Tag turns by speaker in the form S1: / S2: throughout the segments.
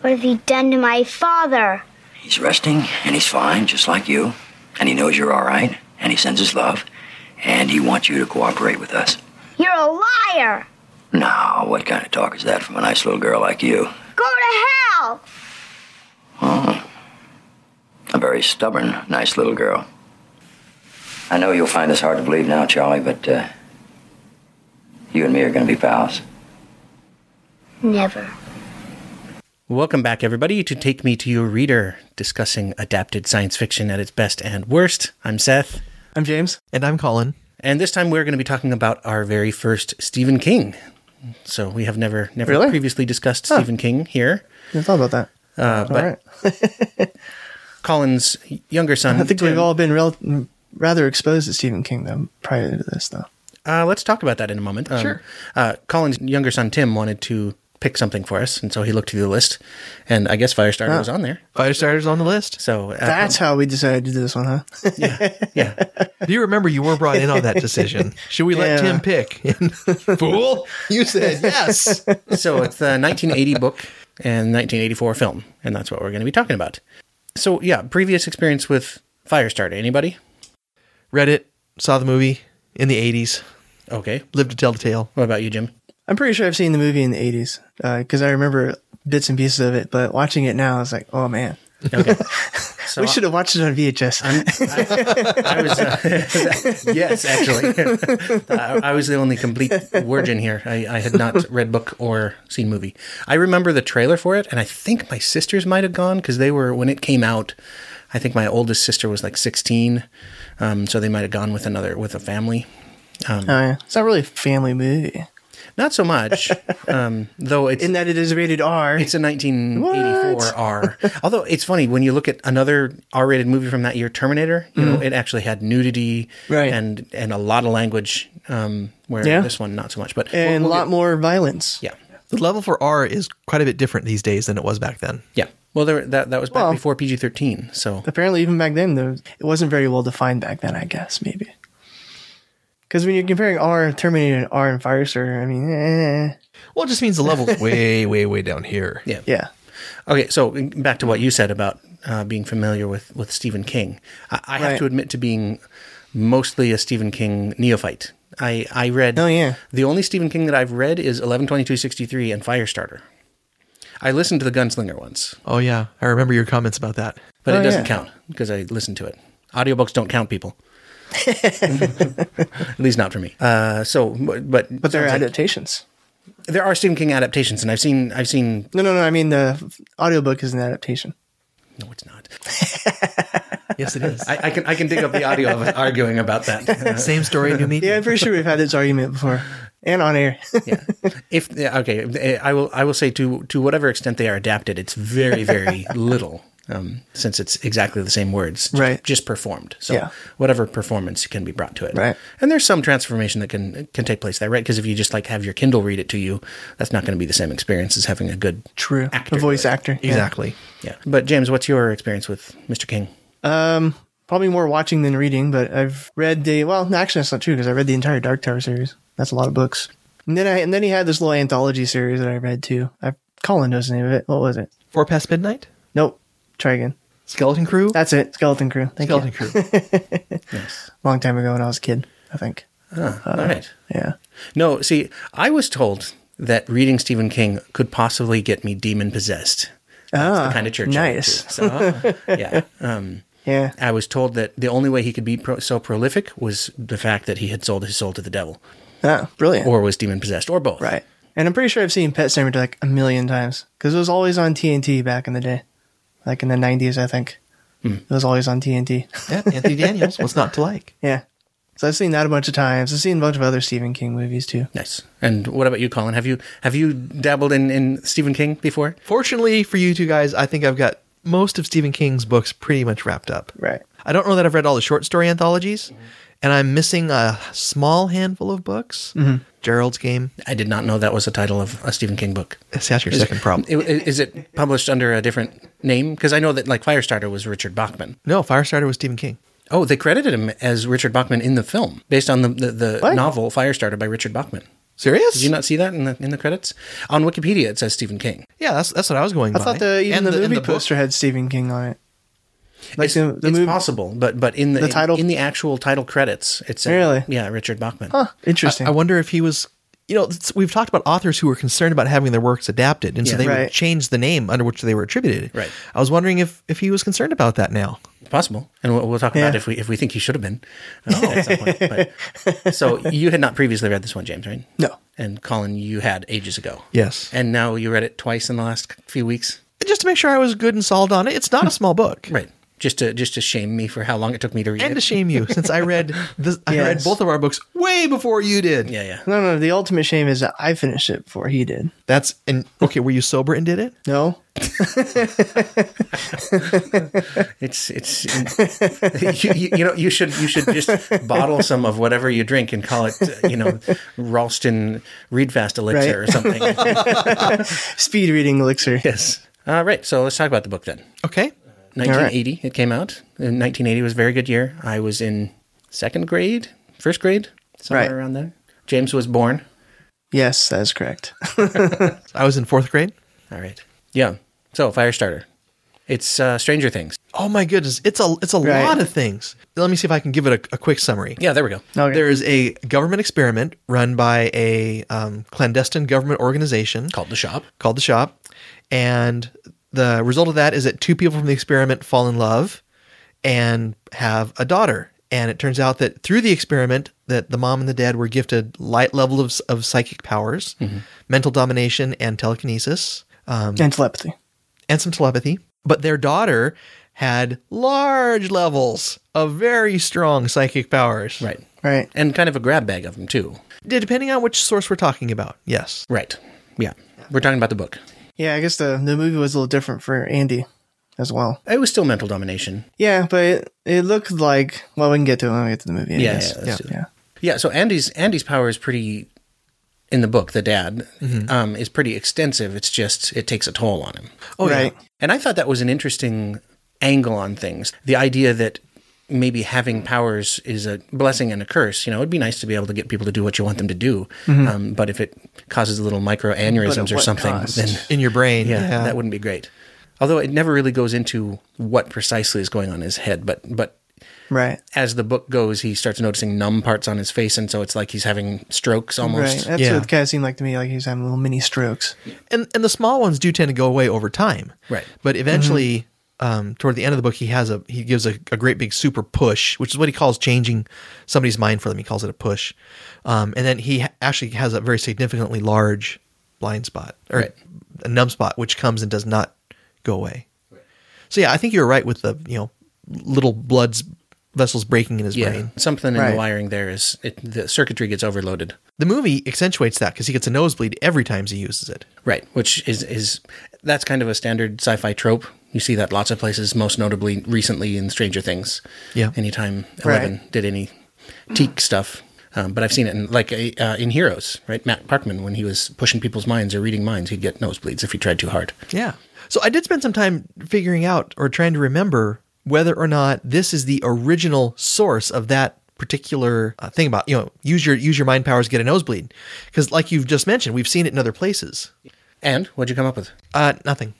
S1: What have you done to my father?
S2: He's resting and he's fine, just like you. And he knows you're all right. And he sends his love. And he wants you to cooperate with us.
S1: You're a liar!
S2: Now, what kind of talk is that from a nice little girl like you?
S1: Go to hell!
S2: Oh. A very stubborn, nice little girl. I know you'll find this hard to believe now, Charlie, but uh, you and me are going to be pals.
S1: Never.
S3: Welcome back, everybody, to Take Me to Your Reader, discussing adapted science fiction at its best and worst. I'm Seth.
S4: I'm James.
S5: And I'm Colin.
S3: And this time we're going to be talking about our very first Stephen King. So we have never, never
S4: Really?
S3: previously discussed Stephen King here.
S4: Never thought about that.
S3: Uh, but
S4: all right.
S3: Colin's younger son.
S4: I think
S3: Tim-
S4: we've all been rel- rather exposed to Stephen King though prior to this though.
S3: Uh, let's talk about that in a moment. Um,
S4: Sure.
S3: Uh, Colin's younger son Tim wanted to pick something for us, and so he looked through the list, and I guess Firestarter was on there.
S5: Firestarter's on the list.
S3: So uh,
S4: That's how we decided to do this one, huh?
S3: yeah.
S5: Do you remember you were brought in on that decision? Should we let
S4: Yeah.
S5: Tim pick? Fool, you said yes.
S3: so it's the 1980 book and 1984 film, and that's what we're going to be talking about. So yeah, previous experience with Firestarter. Anybody?
S5: Read it, saw the movie in the '80s,
S3: Okay.
S5: lived to tell the tale.
S3: What about you, Jim?
S4: I'm pretty sure I've seen the movie in the 80s because I remember bits and pieces of it. But watching it now, I was like, oh man,
S3: Okay. So
S4: we should have watched it on VHS.
S3: I was uh, yes, actually, I, I was the only complete virgin here. I, I had not read book or seen movie. I remember the trailer for it, and I think my sisters might have gone because they were when it came out. I think my oldest sister was like sixteen, um, so they might have gone with another with a family.
S4: oh, yeah. It's not really a family movie
S3: Not so much, um, though. It's
S4: in that it is rated R.
S3: It's a 1984 R. Although it's funny when you look at another R-rated movie from that year, Terminator. You know, it actually had nudity
S4: Mm-hmm. Right.
S3: and and a lot of language. Um, where
S4: Yeah.
S3: this one not so much, but
S4: and a lot more violence.
S3: yeah,
S5: The level for R is quite a bit different these days than it was back then.
S3: yeah. Well, there, that that was back
S4: Well-
S3: before PG-13. So
S4: Apparently, even back then, though, it wasn't very well defined back then. I guess maybe because when you're comparing R Terminator and R and Firestarter, I mean, eh,
S5: Well, it just means the level's way, way, way down here.
S3: yeah,
S4: yeah,
S3: Okay, so back to what you said about uh, being familiar with with Stephen King. I, I have
S4: Right.
S3: to admit to being mostly a Stephen King neophyte. I I read.
S4: Oh, yeah.
S3: The only Stephen King that I've read is eleven twenty two sixty three and Firestarter. I listened to the Gunslinger once,
S5: Oh yeah, I remember your comments about that.
S3: but it
S4: Oh,
S3: doesn't
S4: yeah.
S3: count because I listened to it. Audiobooks don't count, people. At least not for me. Uh, so, but but,
S4: but they're
S3: sounds like-
S4: adaptations.
S3: there are Stephen King adaptations, and I've seen I've seen
S4: No, no, no. I mean, the audiobook is an adaptation.
S3: no, it's not.
S5: Yes, it is.
S3: I, I can I can dig up the audio of us arguing about that.
S5: Same story, new media.
S4: Yeah, I'm pretty sure we've had this argument before and on air.
S3: yeah. If yeah, okay, I will. I will say to to whatever extent they are adapted, it's very very little. Um, since it's exactly the same words, just,
S4: Right.
S3: Just performed. So
S4: Yeah.
S3: whatever performance can be brought to it,
S4: Right.
S3: And there's some transformation that can can take place there, right? Because if you just like have your Kindle read it to you, that's not going to be the same experience as having a good
S4: True,
S3: Actor.
S4: a voice actor. Yeah.
S5: Exactly.
S3: yeah. But James, what's your experience with Mr. King?
S4: Um, probably more watching than reading, but I've read the well. no, Actually, that's not true because I read the entire Dark Tower series. That's a lot of books. And then I and then he had this little anthology series that I read too. I Colin knows the name of it. What was it?
S5: Four past midnight.
S4: Nope. Try again.
S5: Skeleton crew.
S4: That's it. Skeleton Crew. Uh, Thank
S5: Skeleton
S4: you.
S5: crew.
S4: Long time ago when I was a kid, I think. Uh,
S3: All right.
S4: Yeah.
S3: No, see, I was told that reading Stephen King could possibly get me demon possessed. That's the kind of church. I went
S4: Ah, nice.
S3: to. So, yeah. Um,
S4: Yeah.
S3: I was told that the only way he could be pro- so prolific was the fact that he had sold his soul to the devil
S4: Oh, brilliant.
S3: or was demon possessed or both.
S4: right. And I'm pretty sure I've seen Pet Sematary like a million times because it was always on TNT back in the day, like in the 90s, I think.
S5: Hmm.
S4: It was always on TNT.
S5: yeah, Anthony Daniels. What's not to like?
S4: yeah. So I've seen that a bunch of times. I've seen a bunch of other Stephen King movies too.
S3: Nice. And what about you, Colin? Have you have you dabbled in, in Stephen King before?
S5: Fortunately for you two guys, I think I've got most of Stephen King's books pretty much wrapped up.
S4: Right.
S5: I don't know that I've read all the short story anthologies,
S3: Mm-hmm.
S5: and I'm missing a small handful of books.
S4: Mm-hmm.
S5: Gerald's Game.
S3: I did not know that was the title of a Stephen King book.
S5: That's that's your second problem.
S3: I- Is it published under a different name? Because I know that like Firestarter was Richard Bachman.
S5: No, Firestarter was Stephen King.
S3: Oh, they credited him as Richard Bachman in the film, based on the the, the
S4: What?
S3: novel Firestarter by Richard Bachman.
S5: Serious?
S3: Did you not see that in the in the credits? On Wikipedia, it says Stephen King.
S5: yeah, that's that's what I was going.
S4: I
S5: by.
S4: thought the even
S5: And
S4: the,
S5: and
S4: movie
S5: book-
S4: poster had Stephen King on it. Like
S3: it's
S4: the, the
S3: it's
S4: movie.
S3: possible, but but in the,
S4: The
S3: in-
S4: title-
S3: in, the actual title credits, it's
S4: Really?
S3: yeah Richard Bachman.
S4: Huh, interesting.
S5: I wonder if he was. You know, it's- we've talked about authors who were concerned about having their works adapted, and so
S3: Yeah.
S5: they
S4: Right.
S5: would change the name under which they were attributed.
S3: Right.
S5: I was wondering if if he was concerned about that now.
S3: Possible, and we'll, we'll talk
S4: Yeah.
S3: about if we if we think he should have been uh, at some point. But, so you had not previously read this one, James, right?
S4: no.
S3: And Colin, you had ages ago.
S5: Yes.
S3: And now you read it twice in the last few weeks,
S5: just to make sure I was good and solid on it. It's not a small book.
S3: right? Just to just to shame me for how long it took me to read
S5: And
S3: it.
S5: to shame you, since I read this, I read
S4: Yes.
S5: both of our books way before you did.
S3: yeah, yeah.
S4: No, no. The ultimate shame is that I finished it before he did.
S5: That's and okay. Were you sober and did it?
S4: No.
S3: It's it's you, you, you know you should you should just bottle some of whatever you drink and call it uh, you know Ralston Reedfast elixir
S4: Right.
S3: or something.
S4: Speed reading elixir.
S3: yes. All Uh, right. So let's talk about the book then.
S5: Okay.
S3: 1980 it came out. And 1980 was a very good year. I was in second grade, first grade, somewhere
S4: Right.
S3: around there. James was born.
S4: Yes, that is correct.
S5: I was in fourth grade.
S3: All right. Yeah. So Firestarter. It's uh, Stranger Things.
S5: Oh my goodness, it's a it's a
S4: Right.
S5: lot of things. Let me see if I can give it a, a quick summary.
S3: Yeah, there we go.
S4: Okay.
S5: There is a government experiment run by a um, clandestine government organization
S3: Called the shop.
S5: called the Shop, and the result of that is that two people from the experiment fall in love and have a daughter. And it turns out that through the experiment, that the mom and the dad were gifted light level of, of psychic powers,
S3: Mm-hmm.
S5: mental domination, and telekinesis
S4: and telepathy.
S5: and some telepathy, but their daughter had large levels of very strong psychic powers.
S3: Right.
S4: Right.
S3: And kind of a grab bag of them too.
S5: D- Depending on which source we're talking about. Yes.
S3: Right. Yeah. We're talking about the book.
S4: Yeah, I guess the the movie was a little different for Andy as well.
S3: It was still mental domination.
S4: Yeah, but it, it looked like well, we can get to it when we get to the movie. I
S3: Yeah,
S4: guess.
S3: yeah, let's do that.
S4: yeah.
S3: Yeah, so Andy's Andy's power is pretty in the book. The dad um, is pretty extensive. It's just it takes a toll on him.
S5: Oh, yeah.
S4: right.
S3: And I thought that was an interesting angle on things. The idea that maybe having powers is a blessing and a curse. You know, it'd be nice to be able to get people to do what you want them to do.
S4: Mm-hmm.
S3: Um, but if it causes little micro aneurysms or
S4: what
S3: something,
S4: cost?
S3: then
S5: In your brain.
S3: yeah, that wouldn't be great. Although it never really goes into what precisely is going on in his head, but but
S4: Right.
S3: as the book goes, he starts noticing numb parts on his face, and so it's like he's having strokes
S4: Right.
S3: almost.
S4: That's
S5: Yeah.
S4: what it kind of seemed like to me, like he was having little mini strokes.
S5: and, and the small ones do tend to go away over time.
S3: Right.
S5: But eventually, um, toward the end of the book, he has a he gives a, a great big super push, which is what he calls changing somebody's mind for them. He calls it a push, um, and then he ha- actually has a very significantly large blind spot or
S3: Right.
S5: a numb spot, which comes and does not go away. So yeah, I think you're right with the you know little blood s- vessels breaking in his
S3: Yeah,
S5: brain.
S3: something in
S4: Right.
S3: the wiring there is it, the circuitry gets overloaded.
S5: The movie accentuates that because he gets a nosebleed every time he uses it.
S3: Right, which is is that's kind of a standard sci-fi trope. You see that lots of places, most notably recently in Stranger Things.
S5: Yeah.
S3: anytime
S4: Right.
S3: Eleven did any teak stuff, um, but I've seen it in like uh, in Heroes, right? Matt Parkman when he was pushing people's minds or reading minds, he'd get nosebleeds if he tried too hard.
S5: Yeah. So I did spend some time figuring out or trying to remember whether or not this is the original source of that particular uh, thing about you know use your use your mind powers get a nosebleed because like you've just mentioned we've seen it in other places
S3: And what'd you come up with?
S5: uh nothing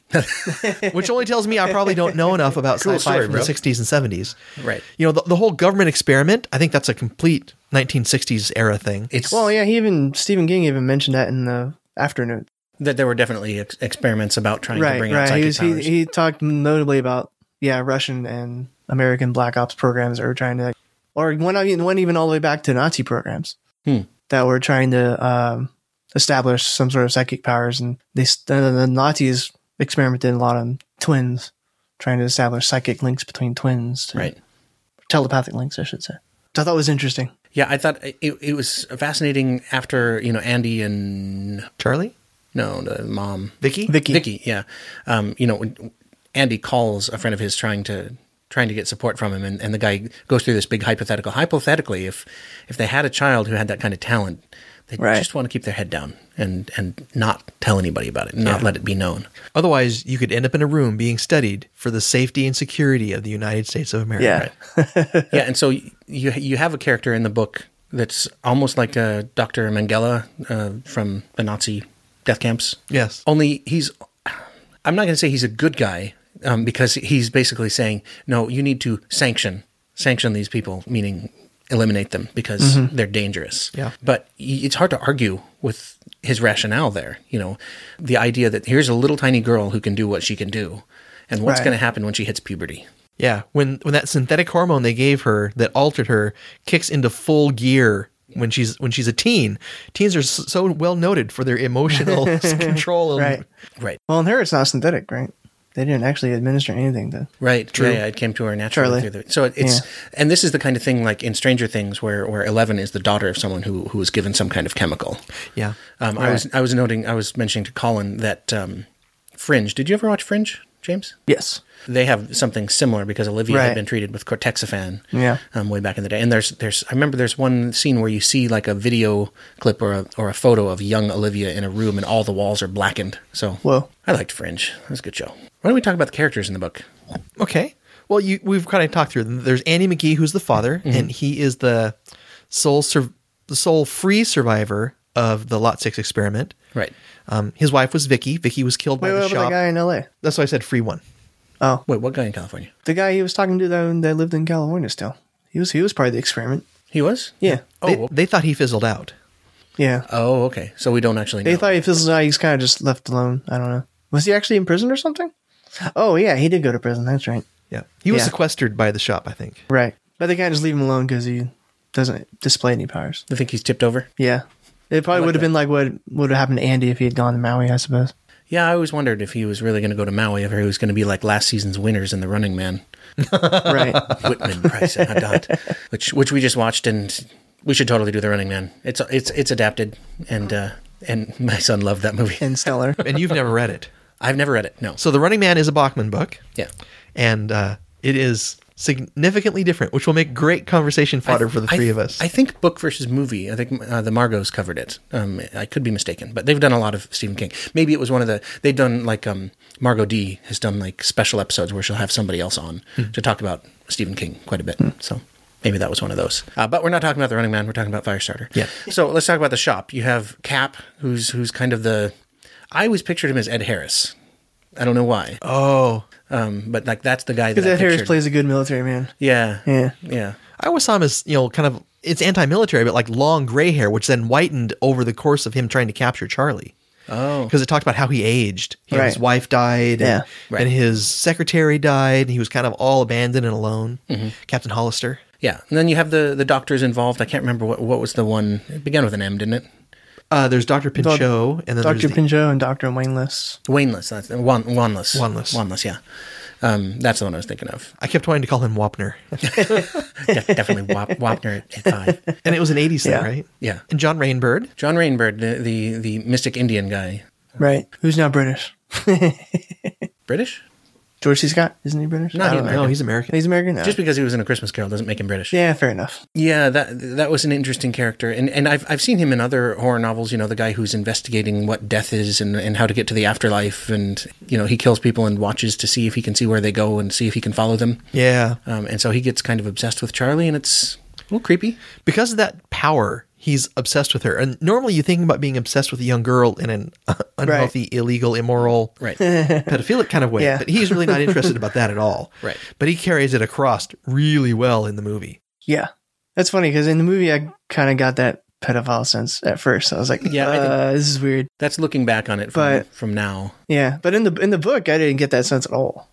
S5: which only tells me i probably don't know enough about
S3: Cool
S5: sci-fi
S3: story,
S5: from
S3: bro.
S5: the 60s and 70s
S3: Right.
S5: you know the, the whole government experiment i think that's a complete 1960s era thing
S3: It's
S4: Well, Oh, yeah, he even Stephen King even mentioned that in the afternoon.
S3: that there were definitely ex- experiments about trying to
S4: Right,
S3: bring out
S4: right.
S3: psychic
S4: He, was, he
S3: powers.
S4: he talked notably about yeah, Russian and American black ops programs that were trying to, or went I mean, went even all the way back to Nazi programs
S3: Hmm.
S4: that were trying to um, establish some sort of psychic powers, and they s- the, the Nazis experimented a lot on twins, trying to establish psychic links between twins, to-
S3: right.
S4: Telepathic links, I should say. Which I thought was interesting.
S3: Yeah, I thought it, it was fascinating after, you know, Andy and
S5: charlie
S3: no, the mom.
S5: vicky
S4: Vicky,
S3: Vicky, yeah. Um, you know, when Andy calls a friend of his trying to trying to get support from him, and, and the guy goes through this big hypothetical. Hypothetically, if if they had a child who had that kind of talent, they
S4: Right.
S3: just want to keep their head down and and not tell anybody about it, not let it be known.
S5: otherwise you could end up in a room being studied for the safety and security of the united states of america
S4: yeah,
S3: yeah, and so you you have a character in the book that's almost like uh, Dr. Mengele uh, from the Nazi death camps.
S5: Yes.
S3: Only he's, I'm not going to say he's a good guy um, because he's basically saying, no, you need to sanction, sanction these people, meaning eliminate them because
S4: Mm-hmm.
S3: they're dangerous.
S5: Yeah.
S3: But y- it's hard to argue with his rationale there. You know, the idea that here's a little tiny girl who can do what she can do and what's
S4: Right.
S3: going to happen when she hits puberty.
S5: Yeah, when when that synthetic hormone they gave her that altered her kicks into full gear when she's when she's a teen. Teens are s- so well noted for their emotional s- control. And,
S4: Right.
S3: Right.
S4: Well, in her, it's not synthetic, right? They didn't actually administer anything to.
S3: Right. Yeah, yeah, it came to her naturally.
S4: Charlie.
S3: Through the, so it- it's and this is the kind of thing like in Stranger Things where where Eleven is the daughter of someone who who was given some kind of chemical.
S5: Yeah. Uh,
S3: Um, I was I was noting I was mentioning to Colin that um, Fringe. Did you ever watch Fringe, James?
S4: Yes.
S3: They have something similar because Olivia
S4: Right.
S3: had been treated with cortexafan.
S4: Yeah.
S3: Um, way back in the day, and there's there's I remember there's one scene where you see like a video clip or a, or a photo of young Olivia in a room, and all the walls are blackened. So
S4: Whoa.
S3: I liked Fringe. That was a good show. Why don't we talk about the characters in the book?
S5: Okay. Well, you we've kind of talked through them. There's Andy McGee who's the father,
S4: Mm-hmm.
S5: and he is the sole sur- the sole free survivor of the Lot Six experiment.
S3: Right.
S5: Um, his wife was Vicky. Vicky was killed
S4: Wait,
S5: by
S4: what
S5: the
S4: about
S5: shop.
S4: the guy in L.A.?
S5: That's why I said free one.
S4: Oh,
S3: Wait, what guy in California?
S4: the guy he was talking to though, that lived in California still. He was he was part of the experiment.
S3: He was?
S4: Yeah.
S3: Oh,
S5: They,
S3: well-
S5: they thought he fizzled out.
S4: Yeah.
S3: Oh, okay. So we don't actually know.
S4: They thought if this is how he's kind of just left alone. I don't know. Was he actually in prison or something? Oh yeah, he did go to prison. That's right.
S5: Yeah. He was
S4: Yeah.
S5: sequestered by the shop, I think.
S4: Right. But they kind of just leave him alone because he doesn't display any powers.
S3: They think he's tipped over.
S4: Yeah. It probably
S3: like
S4: would have been like what would have happened to Andy if he had gone to Maui, I suppose.
S3: Yeah, I always wondered if he was really going to go to Maui, if he was going to be like last season's winners in The Running Man,
S4: Right.
S3: Whitman, Price, and Haddad, which which we just watched, and we should totally do The Running Man. It's it's it's adapted, and uh, and my son loved that movie.
S4: and Stellar.
S5: And you've never read it.
S3: I've never read it. No.
S5: So The Running Man is a Bachman book.
S3: Yeah.
S5: and uh, it is significantly different, which will make great conversation fodder for the
S3: I-
S5: three of us.
S3: I think book versus movie. I think uh, the Margot's covered it. Um, I could be mistaken, but they've done a lot of Stephen King. Maybe it was one of the they've done like um, Margot D has done like special episodes where she'll have somebody else on
S5: Hmm.
S3: to talk about Stephen King quite a bit. So maybe that was one of those. Uh, but we're not talking about the Running Man. We're talking about Firestarter.
S5: Yeah.
S3: So let's talk about the shop. You have Cap, who's who's kind of the. I always pictured him as Ed Harris. I don't know why,
S5: oh,
S3: um, but like that's the guy that
S4: Because
S3: I
S4: Ed Harris
S3: pictured.
S4: plays a good military man.
S3: Yeah,
S4: Yeah.
S3: yeah.
S5: I always saw him as you know, kind of it's anti-military, but like long gray hair, which then whitened over the course of him trying to capture Charlie.
S3: Oh,
S5: Because it talked about how he aged. He-
S4: Right.
S5: His wife died,
S4: Yeah.
S5: and, and his secretary died, and he was kind of all abandoned and alone.
S3: Mm-hmm.
S5: Captain Hollister.
S3: Yeah, and then you have the the doctors involved. I can't remember what what was the one. It began with an M, didn't it?
S5: Uh, there's Doctor Pinchot, and then
S4: Dr.
S5: there's the-
S4: Pinchot and Dr. Waineless.
S3: Wainless. That's Wan, Wanless.
S5: Wanless.
S3: Wanless. Yeah, um, that's the one I was thinking of.
S5: I kept wanting to call him Wapner,
S3: Def- definitely Wap, Wapner at five.
S5: and it was an '80s thing,
S4: Yeah.
S5: right?
S3: Yeah,
S5: And John Rainbird.
S3: John Rainbird, the, the the mystic Indian guy,
S4: Right. Who's now British?
S3: British.
S4: George C. Scott? Isn't he British?
S3: No,
S4: I
S3: he-
S4: don't know.
S5: No, he's American.
S4: He's American? No.
S3: Just because he was in a Christmas Carol doesn't make him British.
S4: yeah, fair enough.
S3: Yeah, that that was an interesting character, and and I've I've seen him in other horror novels. You know, the guy who's investigating what death is and and how to get to the afterlife, and you know he kills people and watches to see if he can see where they go and see if he can follow them.
S5: Yeah,
S3: Um, and so he gets kind of obsessed with Charlie, and it's a little creepy.
S5: because of that power, he's obsessed with her. And normally, you think about being obsessed with a young girl in an uh, unhealthy, illegal, immoral,
S3: Right.
S5: pedophilic kind of way.
S4: Yeah.
S5: But he's really not interested about that at all.
S3: Right.
S5: But he carries it across really well in the movie.
S4: Yeah. That's funny because in the movie, I kind of got that pedophile sense at first. I was like,
S3: Yeah,
S4: yeah,
S3: I think-
S4: uh, this is weird.
S3: That's looking back on it from,
S4: But-
S3: from now.
S4: Yeah. But in the in the book, I didn't get that sense at all.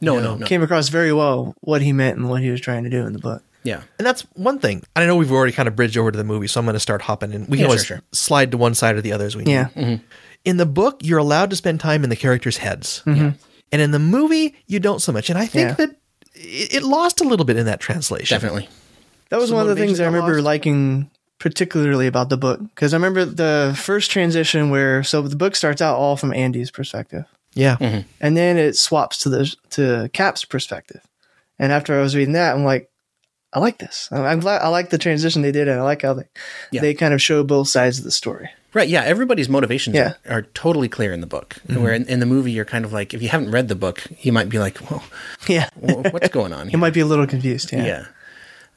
S3: No, no, no.
S4: Came across very well what he meant and what he was trying to do in the book.
S3: Yeah.
S5: And that's one thing. And I know we've already kind of bridged over to the movie, so I'm going to start hopping in. We can
S3: Yeah,
S5: always
S3: sure, sure.
S5: slide to one side or the other as we need.
S4: Yeah.
S5: In the book, you're allowed to spend time in the characters' heads.
S3: Mm-hmm.
S5: And in the movie, you don't so much. And I think
S4: Yeah.
S5: that it, it lost a little bit in that translation.
S3: Definitely.
S4: That was
S5: Some
S4: one of the things
S5: motivation
S4: I
S5: got
S4: remember
S5: lost?
S4: liking particularly about the book because I remember the first transition where so the book starts out all from Andy's perspective
S5: Yeah.
S4: and then it swaps to the to Cap's perspective. And after I was reading that, I'm like, I like this. I'm, I'm glad I like the transition they did, and I like how they
S3: Yeah.
S4: they kind of show both sides of the story.
S3: Right. Yeah. Everybody's motivations
S4: Yeah. Mm-hmm.
S3: are, are totally clear in the book. Where in, in the movie, you're kind of like, if you haven't read the book, you might be like, well,
S4: Yeah,
S3: wh- what's going on
S4: it
S3: here?
S4: might be a little confused. Yeah,
S3: yeah.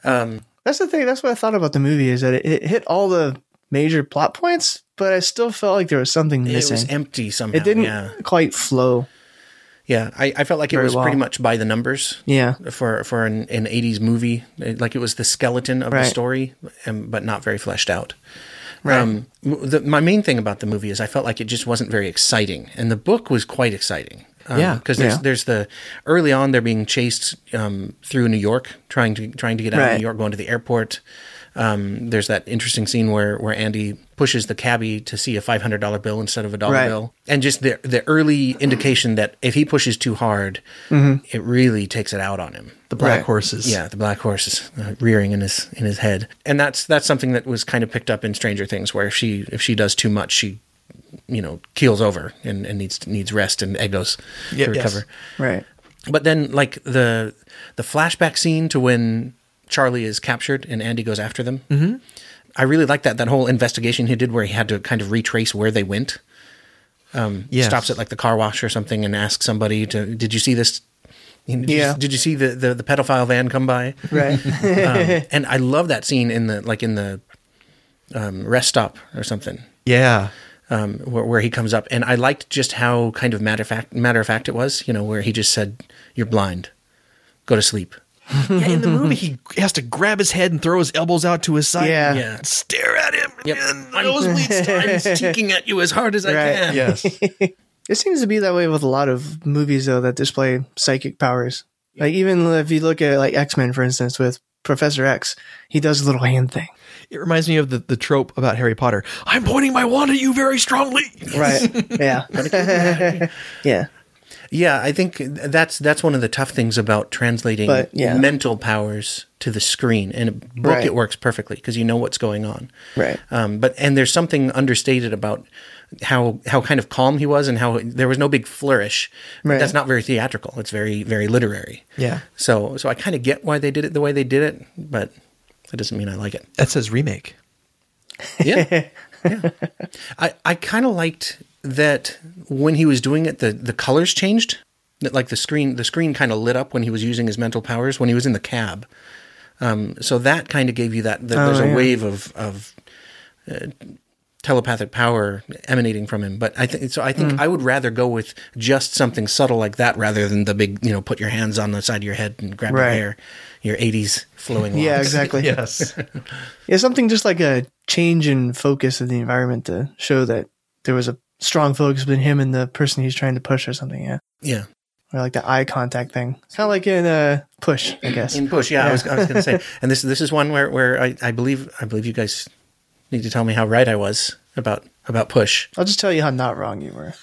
S3: Um,
S4: That's the thing. That's what I thought about the movie is that it, it hit all the major plot points, but I still felt like there was something
S3: It was
S4: missing. It,
S3: empty somehow.
S4: didn't
S3: Yeah,
S4: quite flow.
S3: yeah. I, I felt like it
S4: Very
S3: was
S4: well.
S3: pretty much by the numbers.
S4: Yeah.
S3: For for an, an 80s movie, It- like it was the skeleton of the
S4: Right.
S3: story, um, but not very fleshed out.
S4: Right.
S3: Um, w- the, my main thing about the movie is I felt like it just wasn't very exciting, and the book was quite exciting. Um,
S5: Yeah.
S3: because there's
S4: Yeah.
S3: there's the early on they're being chased um, through New York, trying to trying to get out of
S4: Right.
S3: New York, going to the airport. Um, there's that interesting scene where where Andy pushes the cabbie to see a five hundred dollar bill instead of a dollar
S4: Right.
S3: bill, and just the the early indication that if he pushes too hard,
S4: Mm-hmm.
S3: it really takes it out on him.
S5: The black
S4: Right.
S5: horses.
S3: Yeah, the black horse is uh, rearing in his in his head, and that's that's something that was kind of picked up in Stranger Things, where if she if she does too much, she you know keels over and, and needs needs rest and egos
S5: Yep.
S3: to
S5: Yes.
S3: recover.
S4: Right.
S3: But then like the the flashback scene to when Charlie is captured and Andy goes after them. Mm-hmm. I really like that that whole investigation he did where he had to kind of retrace where they went.
S5: Yes.
S3: Stops at like the car wash or something and asks somebody to did you see this? Did you-
S4: Yeah.
S3: Did you see the, the, the pedophile van come by?
S4: Right.
S3: Um, and I love that scene in the like in the um, rest stop or something
S5: Yeah.
S3: um, where, where he comes up, and I liked just how kind of matter of fact matter of fact it was. You know, where he just said, "You're blind, go to sleep."
S5: yeah. In the movie, he has to grab his head and throw his elbows out to his side.
S4: Yeah.
S3: Yeah.
S5: and Stare at him.
S3: Yep.
S5: And
S3: I'm,
S5: nosebleeds.
S3: I'm seeking at you as hard as I
S4: Right.
S3: can.
S5: yes.
S4: It seems to be that way with a lot of movies though that display psychic powers. Like even if you look at like X Men for instance with Professor X, he does a little hand thing.
S5: It reminds me of the, the trope about Harry Potter. I'm pointing my wand at you very strongly.
S4: Right. yeah. yeah.
S3: Yeah, I think that's that's one of the tough things about translating
S4: But, yeah.
S3: mental powers to the screen. In a book,
S4: Right.
S3: it works perfectly because you know what's going on.
S4: Right.
S3: Um, but and there's something understated about how how kind of calm he was and how there was no big flourish. But
S4: Right.
S3: That's not very theatrical. It's very very literary.
S5: Yeah.
S3: So so I kind of get why they did it the way they did it, but that doesn't mean I like it.
S5: That says remake.
S3: Yeah. yeah. I, I kind of liked that when he was doing it, the, the colors changed. That like the screen, the screen kind of lit up when he was using his mental powers when he was in the cab. Um, so that kind of gave you that. that there's a
S4: Oh, yeah.
S3: wave of of uh, telepathic power emanating from him. But I think so. I think
S4: Mm.
S3: I would rather go with just something subtle like that rather than the big, you know, put your hands on the side of your head and grab your
S4: Right.
S3: hair, your '80s flowing.
S4: Yeah,
S3: locks.
S4: exactly. yeah.
S5: Yes.
S4: something just like a change in focus of the environment to show that there was a strong focus between him and the person he's trying to push or something. Yeah.
S3: Yeah.
S4: Or like the eye contact thing. Kind of like in uh, push, I guess.
S3: In push, yeah, I was, I was going to say, and this this is one where, where I, I believe I believe you guys need to tell me how right I was about about push.
S4: I'll just tell you how not wrong you were.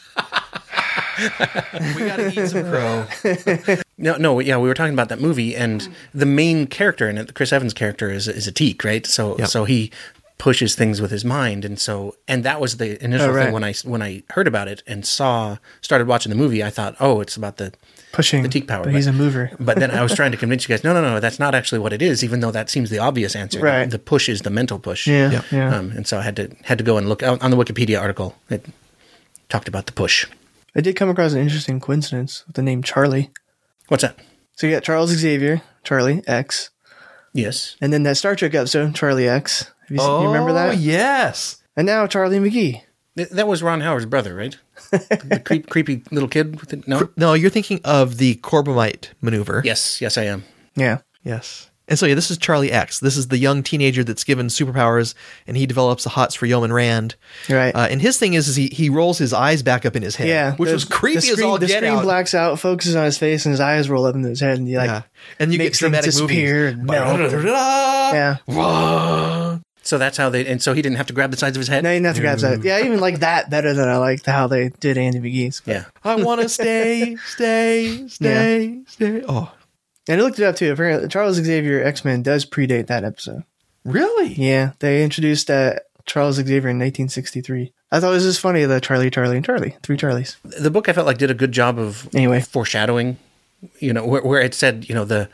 S5: we got to eat some crow.
S3: No, no, yeah, we were talking about that movie, and the main character in it, Chris Evans' character, is is a teak, right? So
S5: Yep.
S3: so he pushes things with his mind, and so and that was the initial
S4: Oh, right.
S3: thing when I when I heard about it and saw started watching the movie, I thought, oh, it's about the
S4: Pushing.
S3: the teak power.
S4: But he's a mover.
S3: But then I was trying to convince you guys, no, no, no, that's not actually what it is, even though that seems the obvious answer.
S4: Right.
S3: The, the push is the mental push.
S4: Yeah.
S5: Yeah.
S4: Yeah. yeah.
S3: Um, and so I had to had to go and look on on the Wikipedia article. It talked about the push.
S4: I did come across an interesting coincidence with the name Charlie.
S3: What's that?
S4: So you got Charles Xavier, Charlie X,
S3: Yes.
S4: and then that Star Trek episode, Charlie X. Have you, you remember that?
S5: Oh, Yes.
S4: And now Charlie McGee.
S3: Th- that was Ron Howard's brother, right? the creep, creepy little kid with the no.
S5: No, you're thinking of the Corbomite maneuver.
S3: Yes, yes, I am.
S4: Yeah.
S5: Yes. And so, yeah, this is Charlie X. This is the young teenager that's given superpowers, and he develops the hots for Yeoman Rand.
S4: Right.
S5: Uh, and his thing is, is he, he rolls his eyes back up in his head,
S4: yeah.
S5: which
S4: the-
S5: was creepy
S4: the screen,
S5: as all
S4: The
S5: get
S4: screen
S5: out.
S4: blacks out, focuses on his face, and his eyes roll up into his head, and you like,
S5: yeah. And you get
S4: makes things
S5: dramatic
S4: disappear
S5: movies.
S4: and melt.
S5: Yeah.
S4: yeah.
S3: So that's how they. And so he didn't have to grab the sides of his head.
S4: Now you have to grab that. Yeah, I even like that better than I liked how they did Andy McGee's.
S3: yeah.
S5: I want to stay, stay, stay, stay. Oh,
S4: And I looked it up too. Apparently, Charles Xavier X Men does predate that episode.
S5: really?
S4: Yeah, they introduced uh, Charles Xavier in 1963. I thought it was just funny that Charlie, Charlie, and Charlie, three Charlies.
S3: The book I felt like did a good job of
S4: Anyway.
S3: foreshadowing. You know where, where it said you know the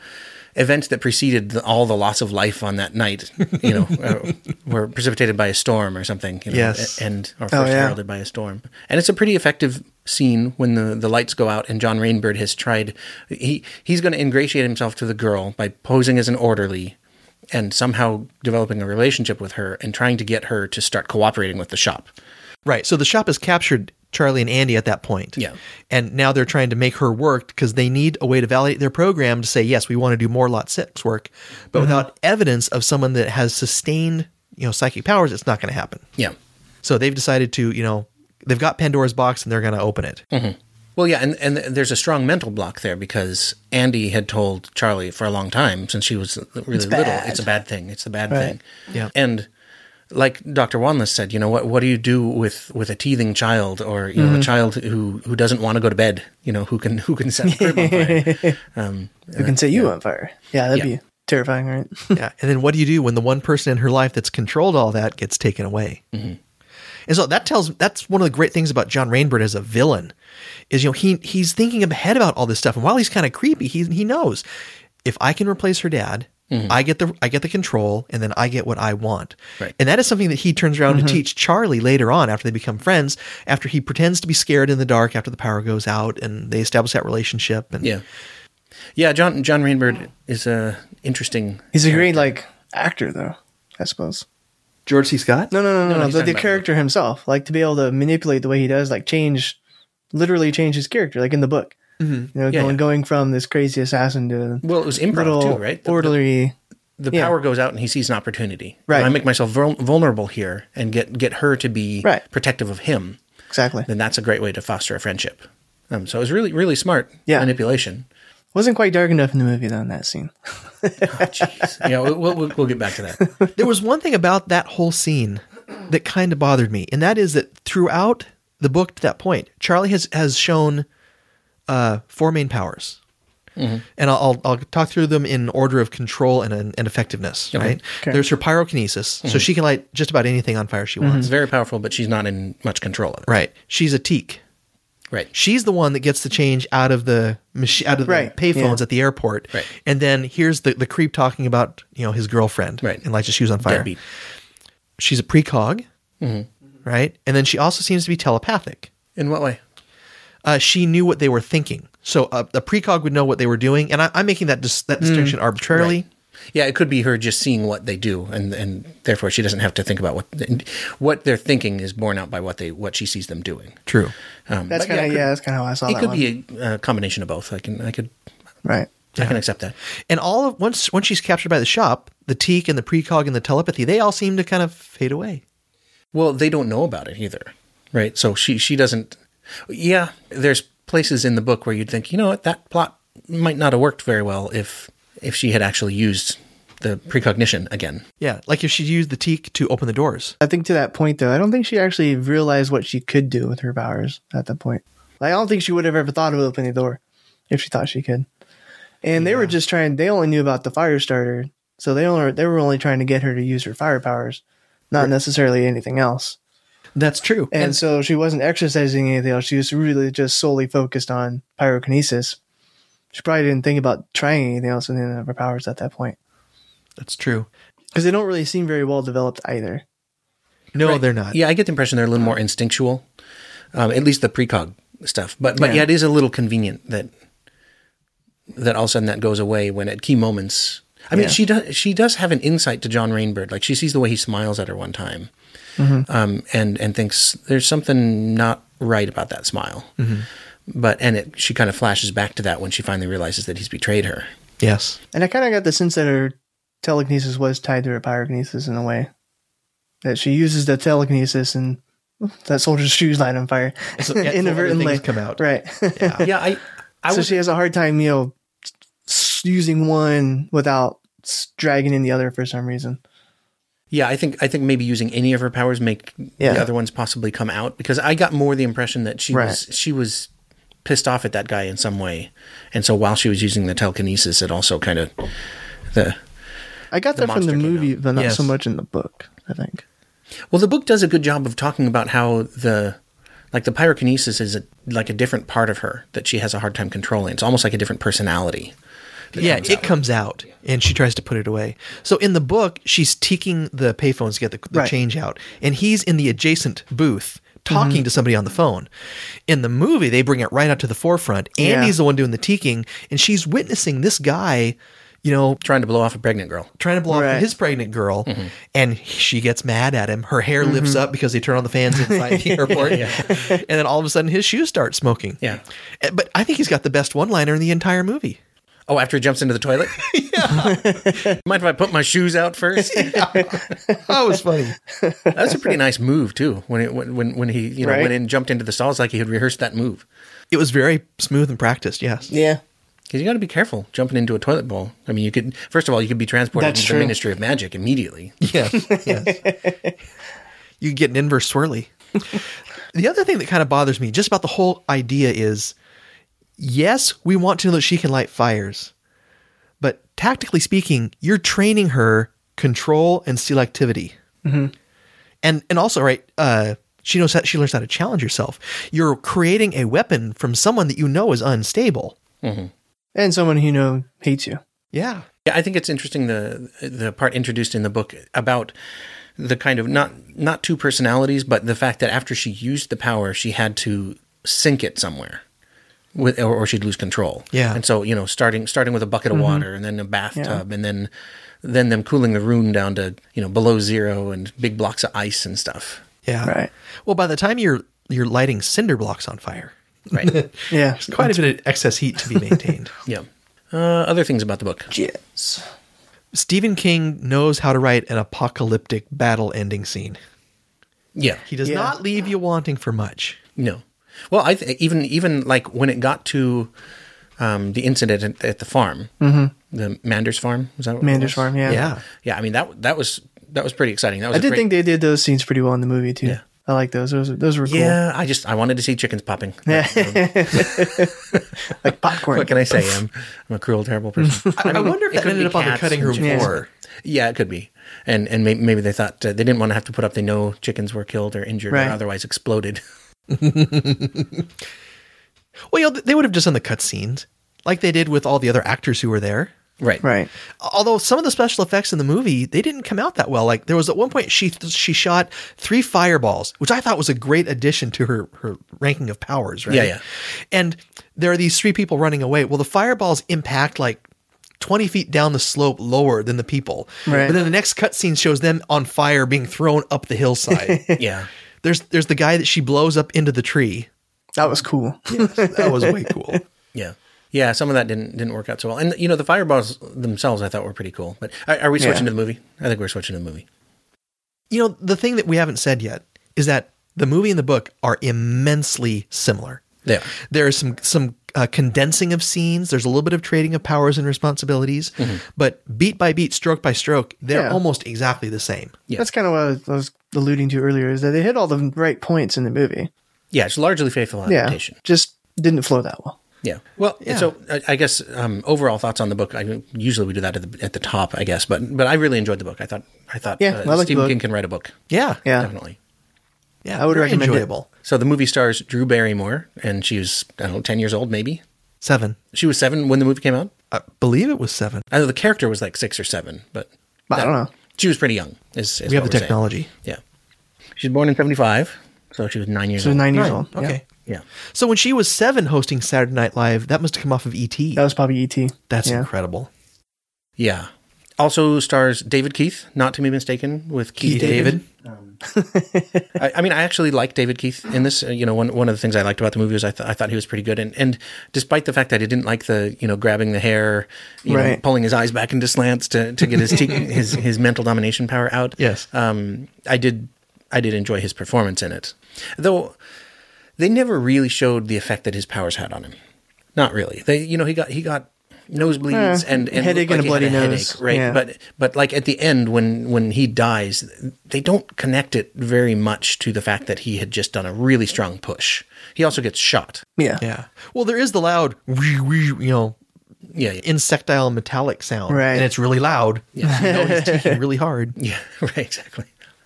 S3: events that preceded the, all the loss of life on that night. You know uh, were precipitated by a storm or something. You know,
S5: Yes.
S3: and or first
S4: Oh, yeah.
S3: heralded by a storm. And it's a pretty effective scene when the, the lights go out and John Rainbird has tried he he's going to ingratiate himself to the girl by posing as an orderly and somehow developing a relationship with her and trying to get her to start cooperating with the shop.
S5: Right. So the shop has captured Charlie and Andy at that point.
S3: Yeah.
S5: And now they're trying to make her work because they need a way to validate their program to say, yes, we want to do more lot six work. But
S4: Mm-hmm.
S5: without evidence of someone that has sustained, you know, psychic powers, it's not going to happen.
S3: Yeah.
S5: So they've decided to, you know, they've got Pandora's box and they're going to open it.
S3: Hmm. Well, yeah, and, and there's a strong mental block there because Andy had told Charlie for a long time since she was really little,
S4: bad.
S3: it's a bad thing. It's a bad thing.
S5: Yeah.
S3: And like Dr. Wanless said, you know, what what do you do with, with a teething child or you
S4: Mm-hmm.
S3: know a child who, who doesn't want to go to bed? You know, who can who can set the crib on fire?
S4: Who can set you on fire? Yeah, that'd
S3: Yeah.
S4: be terrifying, right?
S5: yeah. And then what do you do when the one person in her life that's controlled all that gets taken away?
S3: Mm-hmm.
S5: And so that tells that's one of the great things about John Rainbird as a villain is you know he he's thinking ahead about all this stuff. And while he's kind of creepy, he he knows if I can replace her dad,
S3: Mm-hmm.
S5: I get the I get the control, and then I get what I want.
S3: Right.
S5: And that is something that he turns around to teach Charlie later on after they become friends. After he pretends to be scared in the dark after the power goes out, and they establish that relationship. And
S3: yeah. Yeah, John John Rainbird is a interesting
S4: He's a great like actor though, I suppose.
S5: George C. Scott.
S4: No, no, no, no, no.
S3: he's
S4: The,
S3: talking
S4: the
S3: about-
S4: character himself, like to be able to manipulate the way he does, like change, literally change his character, like in the book. Mm-hmm. You know,
S3: Yeah,
S4: going,
S3: yeah.
S4: going from this crazy assassin to
S3: Well, it was improv
S4: little
S3: too, right? The- the-
S4: orderly.
S3: the
S4: Yeah.
S3: power goes out and he sees an opportunity.
S4: Right.
S3: If I make myself vul- vulnerable here and get get her to be
S4: Right.
S3: protective of him.
S4: Exactly.
S3: Then that's a great way to foster a friendship. Um, so it was really really smart
S4: Yeah.
S3: manipulation.
S4: Wasn't quite dark enough in the movie though in that scene.
S3: Jeez. yeah, we'll, we'll we'll get back to that.
S5: there was one thing about that whole scene that kind of bothered me, and that is that throughout the book to that point, Charlie has has shown uh, four main powers,
S4: Mm-hmm.
S5: and I'll, I'll I'll talk through them in order of control and and effectiveness. Right?
S4: Okay. Mm-hmm.
S5: There's her pyrokinesis, so she can light just about anything on fire she
S3: It's
S5: wants.
S3: very powerful, but she's not in much control
S4: Mm-hmm.
S3: of it.
S5: Right? She's a teak.
S3: Right.
S5: She's the one that gets the change out of the machi- out of the
S4: Right,
S5: payphones
S4: yeah.
S5: at the airport.
S3: Right.
S5: And then here's the, the creep talking about, you know, his girlfriend
S3: Right.
S5: and lights his shoes on fire.
S3: Deadbeat.
S5: she's a precog, right? And then she also seems to be telepathic.
S3: In what way?
S5: Uh, she knew what they were thinking, so uh, a precog would know what they were doing. And I, I'm making that dis- that distinction arbitrarily.
S3: Yeah, it could be her just seeing what they do, and and therefore she doesn't have to think about what what they're thinking is borne out by what they what she sees them doing.
S5: True.
S3: Um, but
S4: That's
S3: it
S4: kind of
S3: could-
S4: yeah, that's kind of how I saw
S3: It
S4: that
S3: could
S4: one.
S3: be a, a combination of both. I can I could
S4: right.
S3: I can accept that.
S5: And all of once once she's captured by the shop, the teak and the precog and the telepathy, they all seem to kind of fade away.
S3: Well, they don't know about it either, right? So she she doesn't. Yeah, there's places in the book where you'd think, you know what, that plot might not have worked very well if if she had actually used the precognition again.
S5: Yeah, like if she used the teak to open the doors.
S4: I think to that point though, I don't think she actually realized what she could do with her powers at that point. Like, I don't think she would have ever thought of opening the door if she thought she could. And they were just trying. They only knew about the fire starter, so they only they were only trying to get her to use her fire powers, not necessarily anything else.
S5: That's true.
S4: And, so she wasn't exercising anything else. She was really just solely focused on pyrokinesis. She probably didn't think about trying anything else with any of her powers at that point
S5: That's true.
S4: because they don't really seem very well developed either.
S5: No,
S3: Oh,
S5: they're not.
S3: Yeah, I get the impression they're a little more instinctual, um, at least the precog stuff. But but yeah.
S4: Yeah.
S3: it is a little convenient that that all of a sudden that goes away when at key moments. I mean, she does she does have an insight to John Rainbird. Like she sees the way he smiles at her one time, um, and and thinks there's something not right about that smile. But and it, she kind of flashes back to that when she finally realizes that he's betrayed her.
S5: Yes.
S4: And I kind of got the sense that her telekinesis was tied to her pyrokinesis in a way. That she uses the telekinesis and that soldier's shoes light on fire
S5: So- yeah, so other
S4: inadvertently.
S5: things come out.
S4: Right.
S3: yeah, I I
S4: so
S3: was
S4: she has a hard time, you know, s- using one without s- dragging in the other for some reason.
S3: Yeah, I think I think maybe using any of her powers make the
S4: Yeah.
S3: other ones possibly come out because I got more the impression that she
S4: Right.
S3: was she was pissed off at that guy in some way, and so while she was using the telekinesis, it also kind of the
S4: I got that from
S3: monster
S4: the
S3: came
S4: movie, but not
S5: Yes.
S4: so much in the book, I think.
S3: well the book does a good job of talking about how the like the pyrokinesis is a, like a different part of her that she has a hard time controlling. It's almost like a different personality.
S5: yeah, it comes out, and she tries to put it away. So in the book, she's teeking the payphones to get the, the
S4: Right.
S5: change out, and he's in the adjacent booth talking to somebody on the phone. In the movie, they bring it right out to the forefront.
S4: Yeah.
S5: Andy's the one doing the teeking, and she's witnessing this guy you know,
S3: Trying to blow off a pregnant girl.
S5: trying to blow off
S4: Right.
S5: his pregnant girl, and she gets mad at him. Her hair lifts up because they turn on the fans inside the airport, and then all of a sudden his shoes start smoking.
S3: Yeah.
S5: Eh, but I think he's got the best one-liner in the entire movie.
S3: Oh, after he jumps into the toilet? Mind if I put my shoes out first?
S5: That was funny.
S3: That was a pretty nice move too. When it when when, when he you know
S4: Right.
S3: went in and jumped into the stalls like he had rehearsed that move.
S5: It was very smooth and practiced. Yes.
S4: Yeah.
S3: Because you got to be careful jumping into a toilet bowl. I mean, you could first of all you could be transported
S4: That's
S3: into
S4: true.
S3: the Ministry of Magic immediately.
S5: Yes. yes. you get an inverse swirly. the other thing that kind of bothers me just about the whole idea is yes, we want to know that she can light fires. But tactically speaking, you're training her control and selectivity. Mm-hmm. And and also, right, uh, she knows how, she learns how to challenge herself. You're creating a weapon from someone that you know is unstable.
S4: And someone who you know hates you.
S5: Yeah.
S3: Yeah, I think it's interesting the the part introduced in the book about the kind of not not two personalities, but the fact that after she used the power, she had to sink it somewhere, with or, or she'd lose control.
S5: Yeah.
S3: and so you know, starting starting with a bucket of water and then a bathtub, and then then them cooling the room down to you know below zero and big blocks of ice and stuff.
S5: Yeah.
S4: Right.
S5: Well, by the time you're you're lighting cinder blocks on fire,
S3: Right.
S4: Yeah.
S5: there's quite a bit of excess heat to be maintained.
S3: yeah. Uh, other things about the book.
S4: Yes.
S5: Stephen King knows how to write an apocalyptic battle ending scene.
S3: Yeah.
S5: He does
S4: Yeah.
S5: not leave you wanting for much.
S3: No. Well, I th- even even like when it got to um, the incident at, at the farm, the Manders farm was that what it
S4: Mm-hmm. Manders
S3: was?
S4: Farm. Yeah.
S5: Yeah.
S3: Yeah, I mean that that was that was pretty exciting. That was
S4: I
S3: a
S4: did
S3: great-
S4: think they did those scenes pretty well in the movie too.
S3: Yeah.
S4: I like those. Those those were cool.
S3: Yeah, I just I wanted to see chickens popping. Yeah.
S4: Like popcorn.
S3: What can I say? I'm, I'm a cruel, terrible person.
S5: I, I wonder if
S3: it
S5: that
S3: could
S5: ended
S3: be
S5: up on the
S3: cats
S5: cutting
S3: and
S5: room
S3: chickens.
S5: floor.
S3: yeah, it could be. And and maybe, maybe they thought uh, they didn't want to have to put up. They know chickens were killed or injured
S4: Right.
S3: or otherwise exploded.
S5: Well, you know, they would have just done the cut scenes like they did with all the other actors who were there.
S3: Right.
S4: Right.
S5: Although some of the special effects in the movie, they didn't come out that well. Like there was at one point she she shot three fireballs, which I thought was a great addition to her her ranking of powers. Right?
S3: Yeah, yeah.
S5: And there are these three people running away. Well, the fireballs impact like. 20 feet down the slope lower than the people.
S4: Right.
S5: But then the next cutscene shows them on fire being thrown up the hillside.
S3: Yeah.
S5: there's there's the guy that she blows up into the tree.
S4: That was cool.
S5: That was way cool.
S3: Yeah. Yeah, some of that didn't didn't work out so well, and you know the fireballs themselves I thought were pretty cool. But are, are we switching
S4: Yeah.
S3: to the movie? I think we're switching to the movie.
S5: You know, the thing that we haven't said yet is that the movie and the book are immensely similar.
S3: Yeah,
S5: There is some some uh, condensing of scenes. There's a little bit of trading of powers and responsibilities,
S3: Mm-hmm.
S5: but beat by beat, stroke by stroke, they're
S4: Yeah.
S5: almost exactly the same.
S3: Yeah.
S4: That's kind of what I was alluding to earlier is that they hit all the right points in the movie.
S3: yeah, it's largely faithful
S4: Yeah.
S3: adaptation.
S4: Just didn't flow that well.
S3: Yeah. Well, so I, I guess um, overall thoughts on the book. I usually we do that at the, at the top, I guess, but but I really enjoyed the book. I thought I thought uh,
S4: Yeah, I like the
S3: Stephen
S4: book.
S3: King can write a book.
S5: Yeah,
S4: Yeah.
S3: Definitely.
S5: yeah.
S4: I would
S5: very
S4: recommend it.
S5: enjoyable.
S3: So the movie stars Drew Barrymore, and she was I don't know ten years old maybe.
S5: Seven,
S3: She was seven when the movie came out.
S5: I believe it was seven.
S3: I know the character was like six or seven, but
S4: But I don't know.
S3: she was pretty young. Is, is
S5: We have
S3: what
S5: the
S3: we're saying.
S5: technology.
S3: Yeah. She was born in seventy five, so she was nine years
S4: She was
S3: old.
S4: nine years
S5: Nine.
S4: old. Yeah.
S5: Okay.
S3: Yeah.
S5: So when she was seven, hosting Saturday Night Live, that must have come off of ET.
S4: That was probably E.T.
S5: That's
S4: yeah.
S5: incredible.
S3: Yeah. Also stars David Keith, not to be mistaken with Keith, David. I, I mean, I actually like David Keith in this. Uh, You know, one one of the things I liked about the movie was I, th- I thought he was pretty good. And and despite the fact that I didn't like the you know grabbing the hair, you know,
S4: Right.
S3: pulling his eyes back into slants to, to get his te- his his mental domination power out.
S5: Yes.
S3: um, I did I did enjoy his performance in it, though they never really showed the effect that his powers had on him. Not really. They you know he got he got nosebleeds
S4: Eh,
S3: and, and
S4: headache
S3: looked
S4: and a
S3: like he had
S4: bloody
S3: headache,
S4: nose.
S3: right?
S4: Yeah.
S3: But but like at the end when when he dies they don't connect it very much to the fact that he had just done a really strong push he also gets shot
S4: Yeah.
S5: Yeah. Well, there is the loud, wee, wee, you know,
S3: yeah yeah,
S5: insectile metallic sound.
S4: Right.
S5: And it's really loud. You know he's taking really hard.
S3: yeah right exactly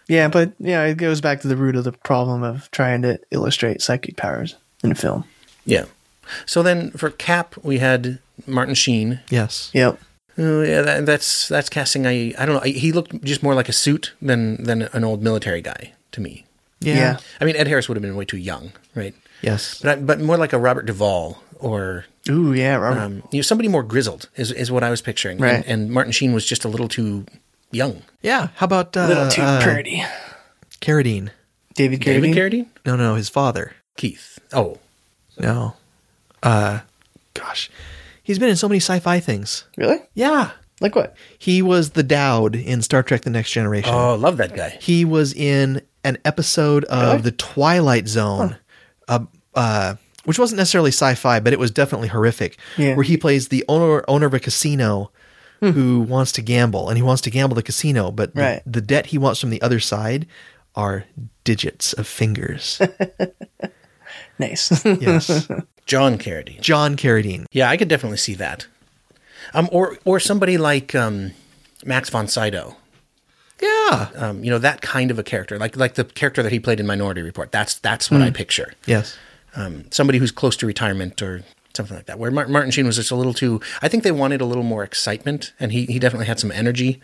S4: Yeah, but yeah, it goes back to the root of the problem of trying to illustrate psychic powers in film.
S3: yeah so then for cap we had martin sheen
S5: Yes.
S4: Yep.
S3: oh yeah that, that's that's casting i i don't know he looked just more like a suit than than an old military guy to me
S4: Yeah.
S3: i mean ed harris would have been way too young right
S5: Yes.
S3: but I, but more like a robert duvall or
S4: Ooh, yeah, Robert.
S3: um, you know, somebody more grizzled is, is what I was picturing.
S4: Right.
S3: And, and Martin Sheen was just a little too young.
S5: Yeah. How about uh,
S4: Little too
S5: uh,
S4: pretty.
S5: Carradine?
S4: David
S3: David
S4: Carradine.
S3: Carradine?
S5: No, no, his father.
S3: Keith. Oh,
S5: No. Uh, gosh, he's been in so many sci-fi things.
S4: really?
S5: Yeah.
S4: Like what?
S5: He was the Dowd in Star Trek: The Next Generation.
S3: oh, love that guy.
S5: He was in an episode of The Twilight Zone, uh, uh, which wasn't necessarily sci-fi, but it was definitely horrific.
S4: Yeah. Hmm.
S5: Where he plays the owner owner of a casino who wants to gamble, and he wants to gamble the casino, but the-
S4: Right.
S5: the, debt he wants from the other side are digits of fingers.
S4: Nice.
S5: yes,
S3: John Carradine.
S5: John Carradine.
S3: Yeah, I could definitely see that. Um, or or somebody like um, Max von Sydow.
S5: Yeah.
S3: Um, you know that kind of a character, like like the character that he played in Minority Report. That's that's
S5: Hmm.
S3: what I picture.
S5: Yes.
S3: Um, somebody who's close to retirement or something like that. Where Martin, Martin Sheen was just a little too. I think they wanted a little more excitement, and he he definitely had some energy.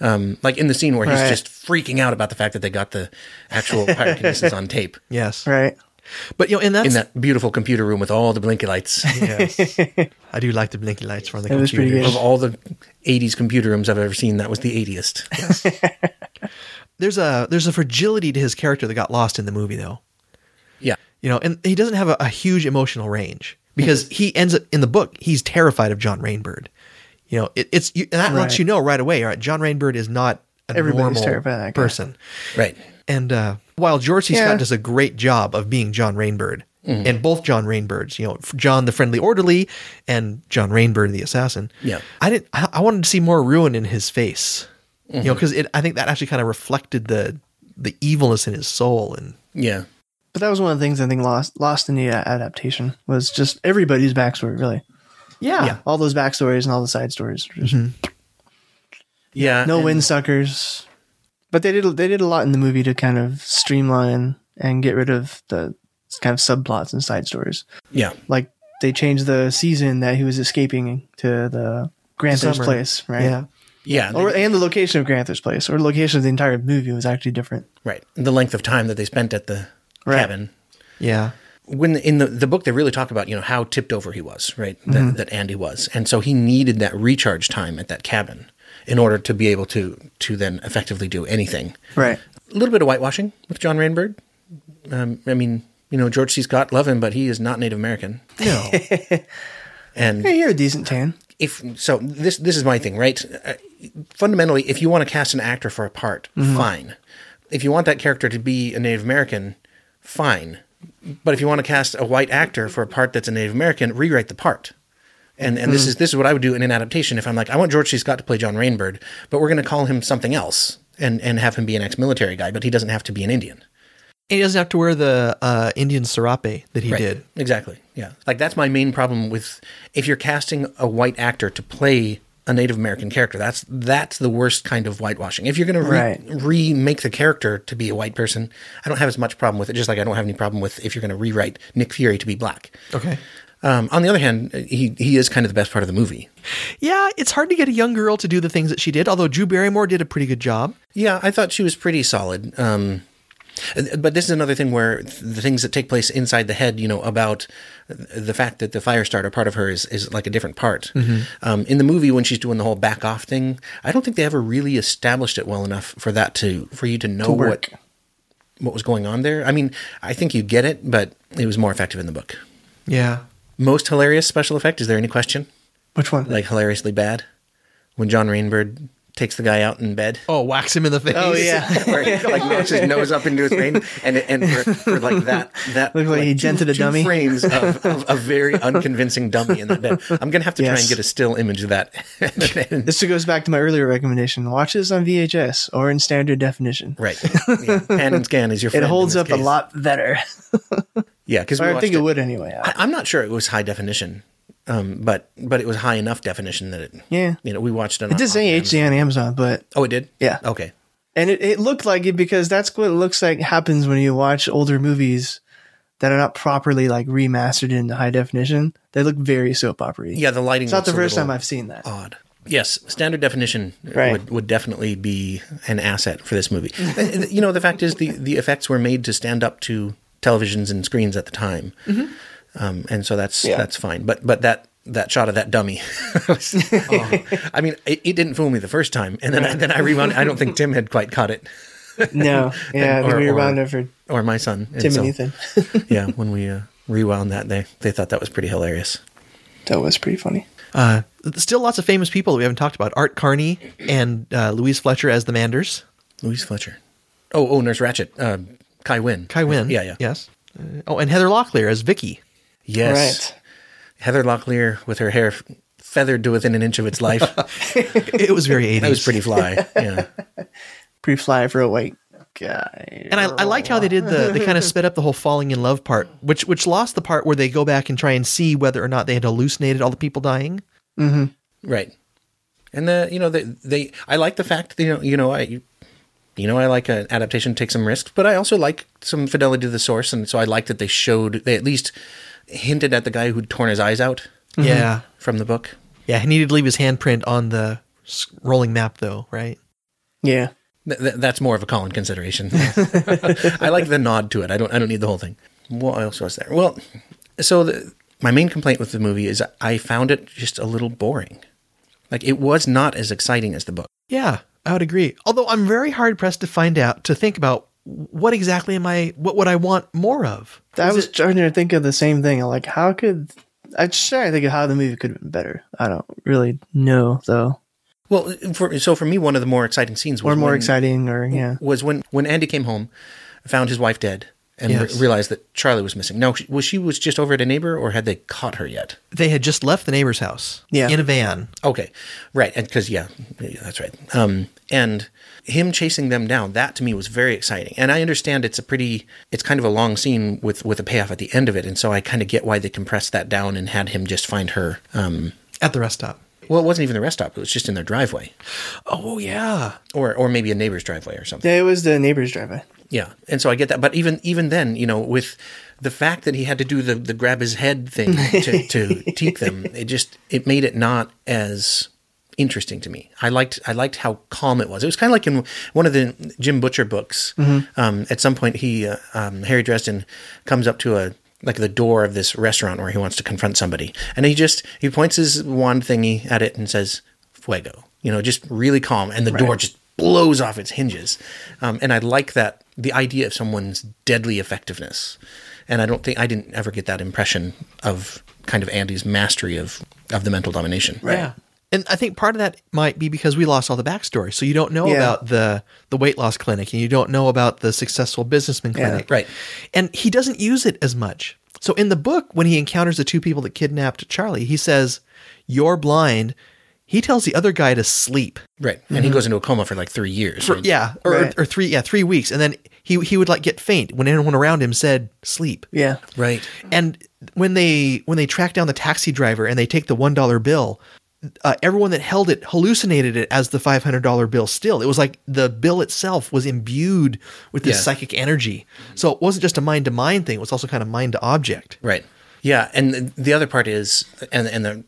S3: Um, like in the scene where he's
S4: Right.
S3: just freaking out about the fact that they got the actual pyrokinesis on tape
S5: Yes.
S4: right.
S5: But you know, and that's
S3: in that beautiful computer room with all the blinky lights
S5: Yes. I do like the blinky lights from the
S4: That was pretty
S5: computer.
S3: of all the 80s computer rooms I've ever seen. That was the 80th.
S5: There's a there's a fragility to his character that got lost in the movie though.
S3: Yeah.
S5: You know, and he doesn't have a, a huge emotional range because
S4: Hmm.
S5: he ends up in the book he's terrified of John Rainbird. You know, it, it's you, and that lets
S4: Right.
S5: you know right away. All right, John Rainbird is not a
S4: Everybody's
S5: normal
S4: terrified of that guy.
S5: person.
S3: Right.
S5: And uh, while George C.
S4: Yeah.
S5: Scott does a great job of being John Rainbird, and both John Rainbirds, you know, John the friendly orderly and John Rainbird the assassin.
S3: Yeah.
S5: I didn't. I, I wanted to see more ruin in his face, you know, because I think that actually kind of reflected the the evilness in his soul. And
S3: Yeah.
S4: But that was one of the things I think lost lost in the uh, adaptation was just everybody's backstory, really.
S5: yeah,
S4: All those backstories and all the side stories. Just
S3: Yeah.
S4: No
S3: and-
S4: wind suckers. But they did they did a lot in the movie to kind of streamline and get rid of the kind of subplots and side stories.
S3: Yeah.
S4: Like they changed the season that he was escaping to the Granther's
S5: Summer.
S4: place, right?
S5: yeah,
S3: Yeah.
S4: Or and the location of Granther's place, or the location of the entire movie was actually different.
S3: right. The length of time that they spent at the
S4: Right.
S3: cabin.
S5: yeah.
S3: When in the, the book, they really talk about, you know, how tipped over he was, right? That, that Andy was. And so he needed that recharge time at that cabin in order to be able to, to then effectively do anything.
S4: Right.
S3: A little bit of whitewashing with John Rainbird. Um, I mean, you know, George C. Scott, love him, but he is not Native American.
S5: No,
S3: And
S4: Hey, you're a decent tan.
S3: if so this this is my thing right uh, fundamentally if you want to cast an actor for a part fine if you want that character to be a native american fine but if you want to cast a white actor for a part that's a native american rewrite the part and and this is this is what i would do in an adaptation if i'm like i want george c scott to play john rainbird but we're going to call him something else and and have him be an ex-military guy but he doesn't have to be an indian
S5: and he doesn't have to wear the uh, Indian serape that he did.
S3: Exactly. Yeah. Like that's my main problem with if you're casting a white actor to play a Native American character, that's that's the worst kind of whitewashing. If you're going to re-
S4: Right.
S3: remake the character to be a white person, I don't have as much problem with it. Just like I don't have any problem with if you're going to rewrite Nick Fury to be black.
S5: Okay.
S3: Um, on the other hand, he he is kind of the best part of the movie.
S5: Yeah, it's hard to get a young girl to do the things that she did. Although Drew Barrymore did a pretty good job.
S3: Yeah, I thought she was pretty solid. Um, but this is another thing where th- the things that take place inside the head, you know, about the fact that the fire starter part of her is, is like a different part. Um, in the movie, when she's doing the whole back off thing, I don't think they ever really established it well enough for that to for you to know what
S4: Work.
S3: what was going on there. I mean, I think you get it, but it was more effective in the book.
S5: Yeah.
S3: Most hilarious special effect? Is there any question?
S4: Which one?
S3: Like hilariously bad when John Rainbird takes the guy out in bed.
S5: Oh, wax him in the face.
S4: oh yeah.
S3: where he like nose his nose up into his vein, and and for, for like that that
S4: Looked like he dented a
S3: two
S4: dummy.
S3: frames of, of a very unconvincing dummy in that bed. I'm gonna have to try
S4: Yes.
S3: and get a still image of that.
S4: This goes back to my earlier recommendation. Watch this on VHS or in standard definition.
S3: right, yeah. pan and scan is your.
S4: It
S3: friend in
S4: holds
S3: this
S4: up a
S3: case.
S4: lot better.
S3: Yeah, because
S4: I think it would anyway.
S3: I, I'm not sure it was high definition, um, but but it was high enough definition that it.
S4: Yeah.
S3: You know, we watched it.
S4: It did say HD on Amazon, but
S3: Oh, it did.
S4: Yeah.
S3: Okay.
S4: and it, it looked like it because that's what it looks like happens when you watch older movies that are not properly like remastered into high definition. They look very soap opera.
S3: Yeah, Oh. the lighting.
S4: it's not
S3: looks
S4: the
S3: a
S4: first
S3: little
S4: time I've seen that.
S3: odd. Yes, standard definition
S4: Right.
S3: would, would definitely be an asset for this movie. Uh, And,
S5: Mm-hmm.
S3: you know, the fact is the, the effects were made to stand up to televisions and screens at the time. um, and so that's
S2: Yeah.
S3: that's fine. But but that that shot of that dummy, was-
S4: Oh.
S3: I mean, it, it didn't fool me the first time, and then I, then I rewound. I don't think Tim had quite caught it,
S4: No, yeah,
S3: Or-
S4: we
S3: or-
S4: were bound it for
S3: or my son. And
S4: Tim
S3: so-
S4: and Ethan.
S3: yeah, when we uh, rewound that, they they thought that was pretty hilarious.
S4: That was pretty funny.
S5: Uh, still lots of famous people that we haven't talked about. Art Carney and uh, Louise Fletcher as the Manders.
S3: Louise Fletcher. Oh, oh, Nurse Ratchet. Uh, Kai Wynn.
S5: Kai Wynn.
S3: Yeah, yeah.
S5: Yes. Uh, oh, and Heather Locklear as Vicky.
S3: Yes.
S4: Right.
S3: Heather Locklear with her hair f- feathered to within an inch of its life.
S5: It was very 80s.
S3: that was pretty fly. Yeah.
S4: Pretty fly for a white guy.
S5: And I, I liked how they did the they kind of sped up the whole falling in love part, which which lost the part where they go back and try and see whether or not they had hallucinated all the people dying.
S3: Right. And the you know they they I like the fact that you know you know I you know I like an adaptation take some risks, but I also like some fidelity to the source, and so I like that they showed they at least hinted at the guy who'd torn his eyes out
S5: Yeah,
S3: from the book.
S5: yeah. He needed to leave his handprint on the s- rolling map, though, right?
S4: Yeah.
S3: Th- th- that's more of a Colin consideration. I like the nod to it. I don't. I don't need the whole thing. What else was there? Well, so the, my main complaint with the movie is I found it just a little boring. Like it was not as exciting as the book.
S5: Yeah, I would agree. Although I'm very hard pressed to find out to think about what exactly am I what would I want more of.
S4: I was trying to think of the same thing. Like, how could I just trying to think of how the movie could have been better? I don't really know though,
S3: Well, for, so for me, one of the more exciting scenes was
S4: or more
S3: when-
S4: exciting, or yeah,
S3: was when when Andy came home, found his wife dead, and re-
S5: Yes.
S3: realized that Charlie was missing. Now, was she was just over at a neighbor, or had they caught her yet?
S5: They had just left the neighbor's house.
S4: Yeah.
S5: in a van.
S3: Okay, right, and because yeah, yeah, that's right. Um, and him chasing them down that to me was very exciting, and I understand it's a pretty, it's kind of a long scene with with a payoff at the end of it, and so I kind of get why they compressed that down and had him just find her. Um,
S5: at the rest stop.
S3: well, it wasn't even the rest stop; it was just in their driveway,
S5: Oh yeah,
S3: or or maybe a neighbor's driveway or something.
S4: yeah. It was the neighbor's drive-by.
S3: Yeah, and so I get that, but even even then, you know, with the fact that he had to do the the grab his head thing to to teach them, it just it made it not as interesting to me. I liked I liked how calm it was. It was kind of like in one of the Jim Butcher books. Um, at some point, he uh, um, Harry Dresden comes up to a like the door of this restaurant where he wants to confront somebody, and he just he points his wand thingy at it and says "fuego," you know, just really calm, and the door just blows off its hinges. Um, and I like that the idea of someone's deadly effectiveness. And I don't think I didn't ever get that impression of kind of Andy's mastery of of the mental domination.
S5: yeah. And I think part of that might be because we lost all the backstory, so you don't know
S4: Yeah.
S5: about the the weight loss clinic, and you don't know about the successful businessman clinic,
S3: right.
S5: And he doesn't use it as much. So in the book, when he encounters the two people that kidnapped Charlie, he says, "You're blind." He tells the other guy to sleep.
S3: Right. And he goes into a coma for like three years.
S5: Mm-hmm. For,
S3: right?
S5: yeah, or,
S4: Mm. Right.
S5: or three, yeah, three weeks, and then he he would like get faint when anyone around him said sleep.
S4: Yeah,
S3: Right.
S5: And when they when they track down the taxi driver and they take the one dollar bill, uh, everyone that held it hallucinated it as the five hundred dollar bill. Still, it was like the bill itself was imbued with this
S3: Yeah.
S5: psychic energy. So it wasn't just a mind to mind thing; it was also kind of mind to object.
S3: Right. Yeah, and th- the other part is, and and the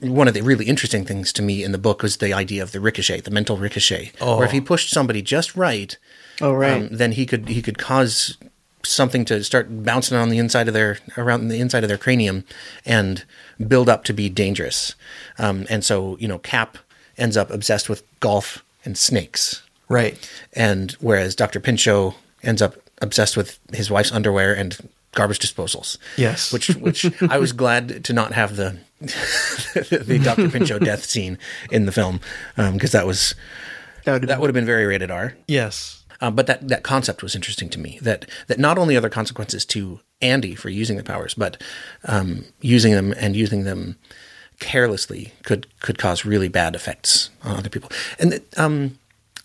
S3: one of the really interesting things to me in the book was the idea of the ricochet, the mental ricochet, oh. where if he pushed somebody just right,
S4: Oh, right.
S3: um, then he could he could cause something to start bouncing on the inside of their around the inside of their cranium and build up to be dangerous. Um, and so you know, Cap ends up obsessed with golf and snakes
S5: Right.
S3: and whereas Dr. Pinchot ends up obsessed with his wife's underwear and garbage disposals.
S5: Yes.
S3: which which I was glad to not have the the Dr. Pinchot death scene in the film because that was
S4: that would
S3: that would have been very rated R.
S5: Yes.
S3: Um, but that that concept was interesting to me. That that not only are there consequences to Andy for using the powers, but um, using them and using them carelessly could could cause really bad effects on other people. And that, um,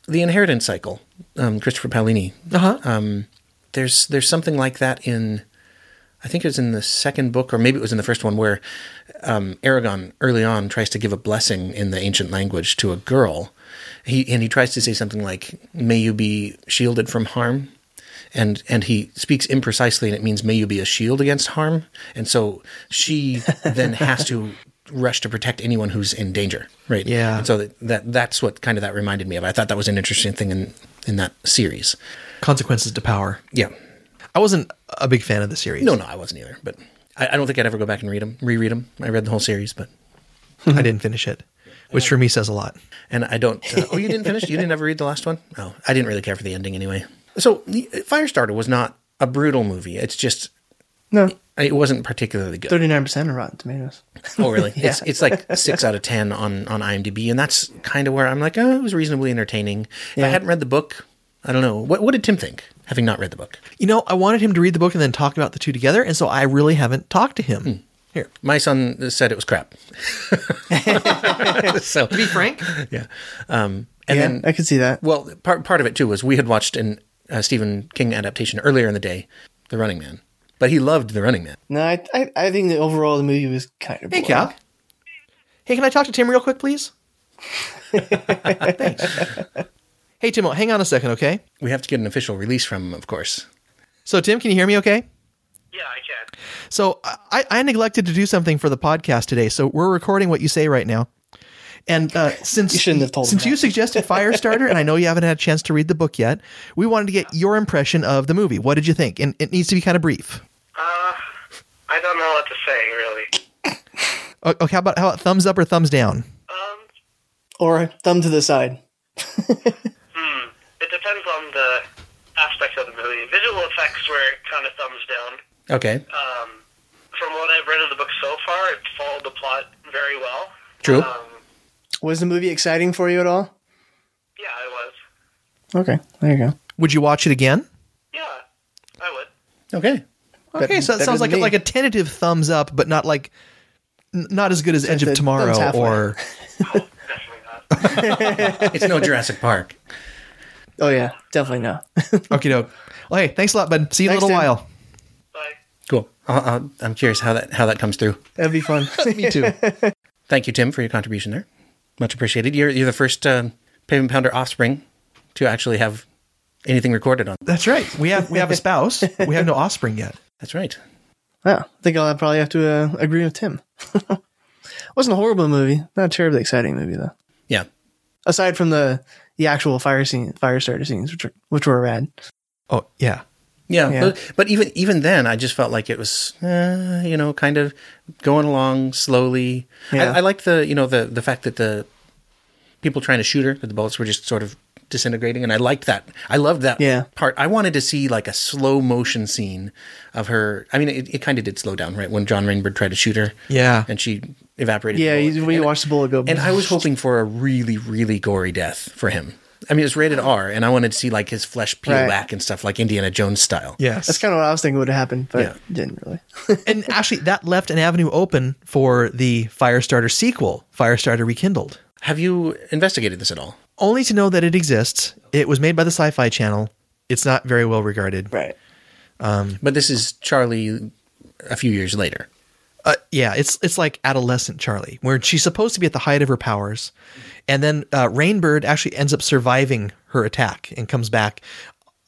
S3: the inheritance cycle, um, Christopher Paolini.
S5: Uh huh.
S3: There's there's something like that in. I think it was in the second book, or maybe it was in the first one, where um, Aragon early on tries to give a blessing in the ancient language to a girl. He and he tries to say something like "May you be shielded from harm," and and he speaks imprecisely, and it means "May you be a shield against harm." And so she then has to rush to protect anyone who's in danger, right?
S5: Yeah.
S3: And so that, that that's what kind of that reminded me of. I thought that was an interesting thing in in that series.
S5: Consequences to power.
S3: Yeah.
S5: I wasn't a big fan of the series.
S3: No, no, I wasn't either, but. I, I don't think I'd ever go back and read them, reread them. I read the whole series, but
S5: I didn't finish it, which for me says a lot.
S3: and I don't. Uh, oh, you didn't finish? You didn't ever read the last one? Oh, I didn't really care for the ending anyway. So the- uh, Firestarter was not a brutal movie. It's just
S4: No,
S3: it wasn't particularly good.
S4: thirty nine percent of Rotten Tomatoes.
S3: Oh, really? It's it's like six out of ten on on IMDb, and that's kind of where I'm like, oh, it was reasonably entertaining. If I hadn't read the book, I don't know. What what did Tim think, having not read the book?
S5: You know, I wanted him to read the book and then talk about the two together, and so I really haven't talked to him. Here,
S3: My son said it was crap. so
S5: be frank.
S3: yeah, um, and
S4: Yeah,
S3: then
S4: I could see that.
S3: well, part part of it too was we had watched an uh, Stephen King adaptation earlier in the day, The Running Man, but he loved The Running Man.
S4: No, I, I, I think the overall the movie was kind of.
S5: Hey,
S4: boring.
S5: Cal. Hey, can I talk to Tim real quick, please? Thanks. Hey, Timo, hang on a second, okay?
S3: We have to get an official release from, him, of course.
S5: So, Tim, can you hear me okay?
S6: Yeah, I can.
S5: So I, I neglected to do something for the podcast today. So we're recording what you say right now. And uh, since
S4: You shouldn't have told him
S5: since you
S4: that.
S5: suggested Firestarter, and I know you haven't had a chance to read the book yet, we wanted to get your impression of the movie. What did you think? And it needs to be kind of brief.
S6: Uh, I don't know what to say really.
S5: O- Okay, how about how about thumbs up or thumbs down?
S6: Um,
S4: Or thumb to the side.
S6: hmm, it depends on the aspect of the movie. Visual effects were kind of thumbs down.
S3: Okay,
S6: Um, from what I've read of the book so far, it followed the plot very well.
S3: True.
S6: Um,
S4: Was the movie exciting for you at all?
S6: yeah, I was.
S4: Okay, there you go.
S5: Would you watch it again?
S6: Yeah, I would.
S3: okay.
S5: Okay, so that
S4: better
S5: sounds
S4: than
S5: like a,
S4: me.
S5: like a tentative thumbs up, but not like n- not as good as Edge of
S4: the thumbs
S5: Tomorrow
S4: halfway.
S5: or
S6: Definitely not.
S3: It's no Jurassic Park.
S4: Oh yeah, definitely no.
S5: Okay, Doke. Well, hey, thanks a lot, bud. See you in a
S4: Thanks,
S5: little
S4: Tim.
S5: while.
S6: Bye.
S3: Cool. I'll, I'll, I'm curious how that how that comes through.
S4: That'd be fun.
S5: Me too.
S3: Thank you, Tim, for your contribution there. Much appreciated. You're you're the first uh, pavement pounder offspring to actually have anything recorded on.
S5: That's right. We have we have a spouse. We have no offspring yet.
S3: That's right.
S4: Well, I think I'll probably have to uh, agree with Tim. Wasn't a horrible movie. Not a terribly exciting movie though.
S3: Yeah.
S4: Aside from the the actual fire scene, fire starter scenes, which are, which were rad.
S5: Oh yeah.
S3: Yeah,
S4: Yeah.
S3: But, but even even then, I just felt like it was, uh, you know, kind of going along slowly.
S4: Yeah.
S3: I, I liked the, you know, the the fact that the people trying to shoot her, that the bullets were just sort of disintegrating, and I liked that. I loved that
S4: Yeah.
S3: part. I wanted to see like a slow motion scene of her. I mean, it, it kind of did slow down, right, when John Rainbird tried to shoot her.
S5: Yeah.
S3: and she evaporated. the
S4: Yeah,
S3: bullet.
S4: you, when you watch the bullet go,
S3: And I was hoping for a really, really gory death for him. I mean, it was rated R, and I wanted to see like his flesh peel
S4: Right.
S3: back and stuff, like Indiana Jones style.
S5: Yes.
S4: that's kind of what I was thinking would have happened, but
S3: Yeah.
S4: it didn't really.
S5: and actually that left an avenue open for the Firestarter sequel, Firestarter Rekindled.
S3: Have you investigated this at all?
S5: Only to know that it exists. It was made by the Sci-Fi Channel. It's not very well regarded.
S4: Right.
S3: But this is Charlie a few years later.
S5: Uh, yeah, it's it's like adolescent Charlie, where she's supposed to be at the height of her powers, and then uh, Rainbird actually ends up surviving her attack and comes back.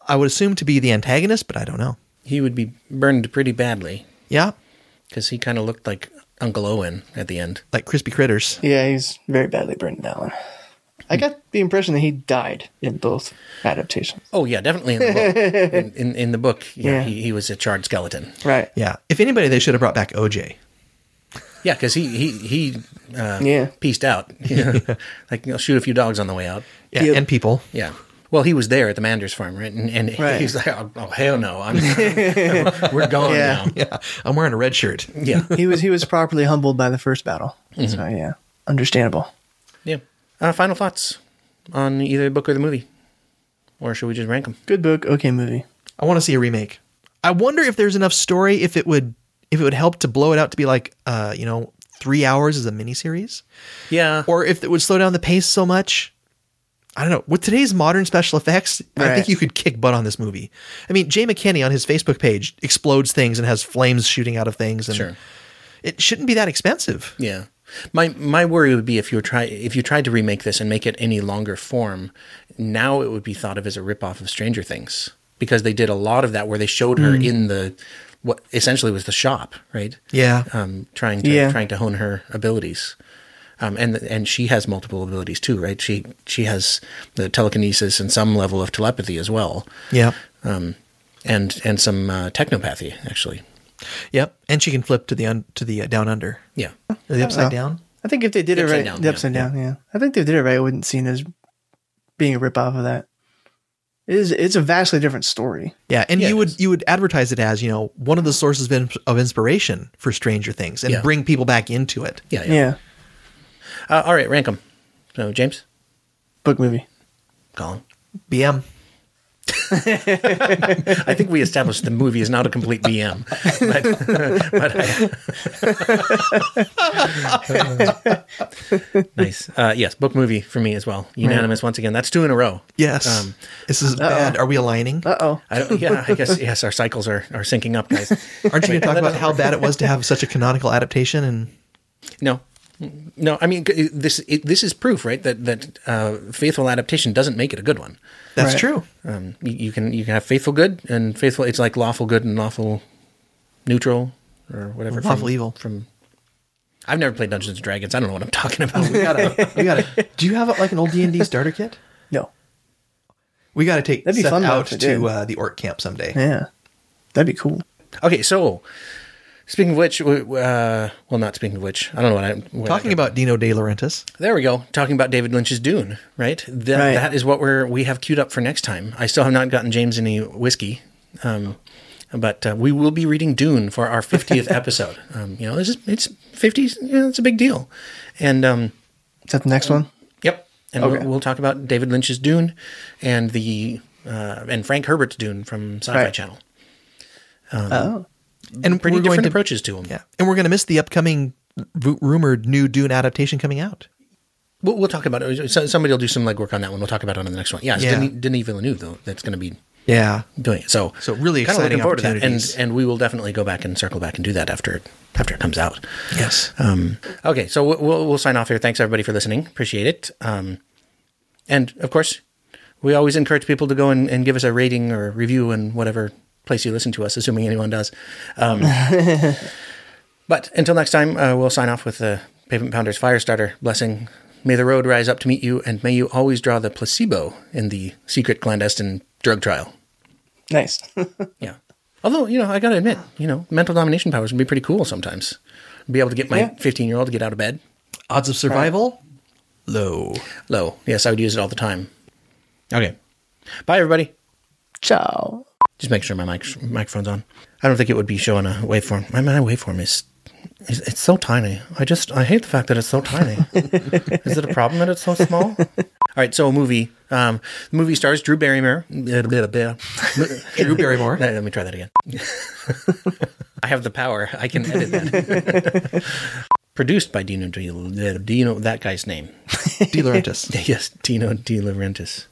S5: I would assume to be the antagonist, but I don't know.
S3: He would be burned pretty badly
S5: Yeah,
S3: because he kind of looked like Uncle Owen at the end.
S5: like crispy critters.
S4: Yeah, he's very badly burned in that one.
S3: Hmm.
S4: I got the impression that he died in both adaptations.
S3: Oh yeah, definitely in the book. in, in, in the book, yeah,
S4: Yeah.
S3: He, he was a charred skeleton.
S4: Right.
S5: Yeah. If anybody, they should have brought back OJ.
S3: Yeah, because he he he uh,
S4: Yeah.
S3: pieced out. Yeah. like you know, shoot a few dogs on the way out.
S5: Yeah,
S4: Yep.
S5: and people.
S3: Yeah. Well, he was there at the Manders farm, right? And, and
S4: Right.
S3: he's like, oh, oh, hell no, I'm, we're going
S4: Yeah.
S3: now.
S5: Yeah, I'm wearing a red shirt.
S3: Yeah.
S4: He was he was properly humbled by the first battle. So
S3: Mm-hmm.
S4: yeah, understandable.
S3: Yeah. Uh, final thoughts on either the book or the movie? Or should we just rank them?
S4: Good book, okay movie.
S5: I want to see a remake. I wonder if there's enough story if it would if it would help to blow it out to be like uh, you know, 3 hours as a miniseries
S3: Yeah.
S5: or if it would slow down the pace so much. I don't know. With today's modern special effects, I think
S4: Right.
S5: you could kick butt on this movie. I mean, Jay McKinney on his Facebook page explodes things and has flames shooting out of things and
S3: Sure.
S5: it shouldn't be that expensive.
S3: Yeah. My my worry would be if you were try if you tried to remake this and make it any longer form, now it would be thought of as a ripoff of Stranger Things because they did a lot of that where they showed her in the what essentially was the shop, right?
S5: Yeah.
S3: um, trying to
S4: Yeah.
S3: trying to hone her abilities. Um, and and she has multiple abilities too, right? She she has the telekinesis and some level of telepathy as well,
S5: Yeah.
S3: um, and and some uh, technopathy actually.
S5: Yep, and she can flip to the un- to the uh, down under,
S3: Yeah.
S5: Or
S3: Oh,
S5: the upside down.
S4: I think if they did it
S3: Upside
S4: right,
S3: down,
S4: the upside
S3: yeah,
S4: down, yeah. I think they did it right. It wouldn't seem as being a rip off of that. It is. It's a vastly different story.
S5: Yeah, and
S3: Yeah,
S5: you
S3: it
S5: would
S3: is.
S5: you would advertise it as you know one of the sources of, in- of inspiration for Stranger Things, and
S3: Yeah.
S5: bring people back into it.
S3: Yeah.
S4: Yeah.
S3: Yeah. Uh, all right, rank them. So James,
S4: Book movie.
S3: Colin.
S5: BM.
S3: I think we established the movie is not a complete BM, but, but I- nice. Uh, yes, book movie for me as well. Unanimous once again. That's two in a row.
S5: Yes,
S3: Um,
S5: this is
S3: uh,
S5: bad. Are we aligning?
S4: Uh oh.
S3: I don't, yeah, I guess yes. Our cycles are are syncing up, guys.
S5: Aren't you going to talk about how bad it was to have such a canonical adaptation? And
S3: No, no. I mean, c- this it, this is proof, right? That that uh, faithful adaptation doesn't make it a good one.
S5: that's
S4: Right.
S5: true.
S3: Um, you, you can you can have faithful good and faithful. It's like lawful good and lawful neutral or whatever.
S5: Lawful
S3: from-
S5: evil.
S3: from. I've never played Dungeons and Dragons. I don't know what I'm talking about.
S5: We gotta, we gotta. Do you have like an old D and D starter kit?
S4: No.
S5: We gotta take
S4: That'd be
S5: Seth
S4: fun, though,
S5: out
S4: if it did.
S5: to uh, the orc camp someday.
S4: Yeah. That'd be cool.
S3: okay, so speaking of which, w- w- uh, well, not speaking of which, I don't know what I'm what I-
S5: Talking about Dino De Laurentiis,
S4: Mm,
S3: There we go. Talking about David Lynch's Dune, right? That,
S4: Right.
S3: that is what we're we have queued up for next time. I still have not gotten James any whiskey, um, but uh, we will be reading Dune for our fiftieth episode. Um, you know, this is it's fifties. You know, it's a big deal, and um,
S4: Is that the next one?
S3: yep. And
S4: Okay.
S3: we'll, we'll talk about David Lynch's Dune and the uh, and Frank Herbert's Dune from Sci-Fi
S4: Right.
S3: Channel.
S4: Oh.
S5: and
S3: Pretty
S5: we're going
S3: different
S5: to-
S3: approaches to them.
S5: Yeah, and we're going to miss the upcoming v- rumored new Dune adaptation coming out.
S3: We'll, we'll talk about it. So- Somebody will do some legwork on that one. We'll talk about it on the next one. Yeah, it's
S5: Yeah.
S3: Denis, Denis Villeneuve though. That's going to be
S5: Yeah,
S3: doing it. So
S5: So really
S3: kinda
S5: exciting
S3: and
S5: opportunities.
S3: and we will definitely go back and circle back and do that after it after it comes out.
S5: yes.
S3: Um, okay, so we'll- we'll we'll sign off here. Thanks everybody for listening. Appreciate it. Um, and of course, we always encourage people to go and, and give us a rating or review in whatever place you listen to us, assuming anyone does. Um, but until next time, uh, we'll sign off with the Pavement Pounder's Firestarter blessing. May the road rise up to meet you, and may you always draw the placebo in the secret clandestine drug trial.
S4: Nice.
S3: Yeah. Although, you know, I got to admit, you know, mental domination powers can be pretty cool sometimes. Be able to get my
S4: Yeah.
S3: 15 year old to get out of bed.
S5: Odds of survival low.
S3: Low. Yes, I would use it all the time. Okay. Bye, everybody.
S4: Ciao.
S3: Just make sure my mic- microphone's on. I don't think it would be showing a waveform. My, my waveform is, is. It's so tiny. I just. I hate the fact that it's so tiny. is it a problem that it's so small? All right, so a movie. Um, the movie stars Drew Barrymore.
S5: Drew Barrymore.
S3: Let, let me try that again. I have the power. I can edit that. Produced by Dino De, De, Dino, that guy's name.
S5: De Laurentiis.
S3: Yes, Dino De Laurentiis.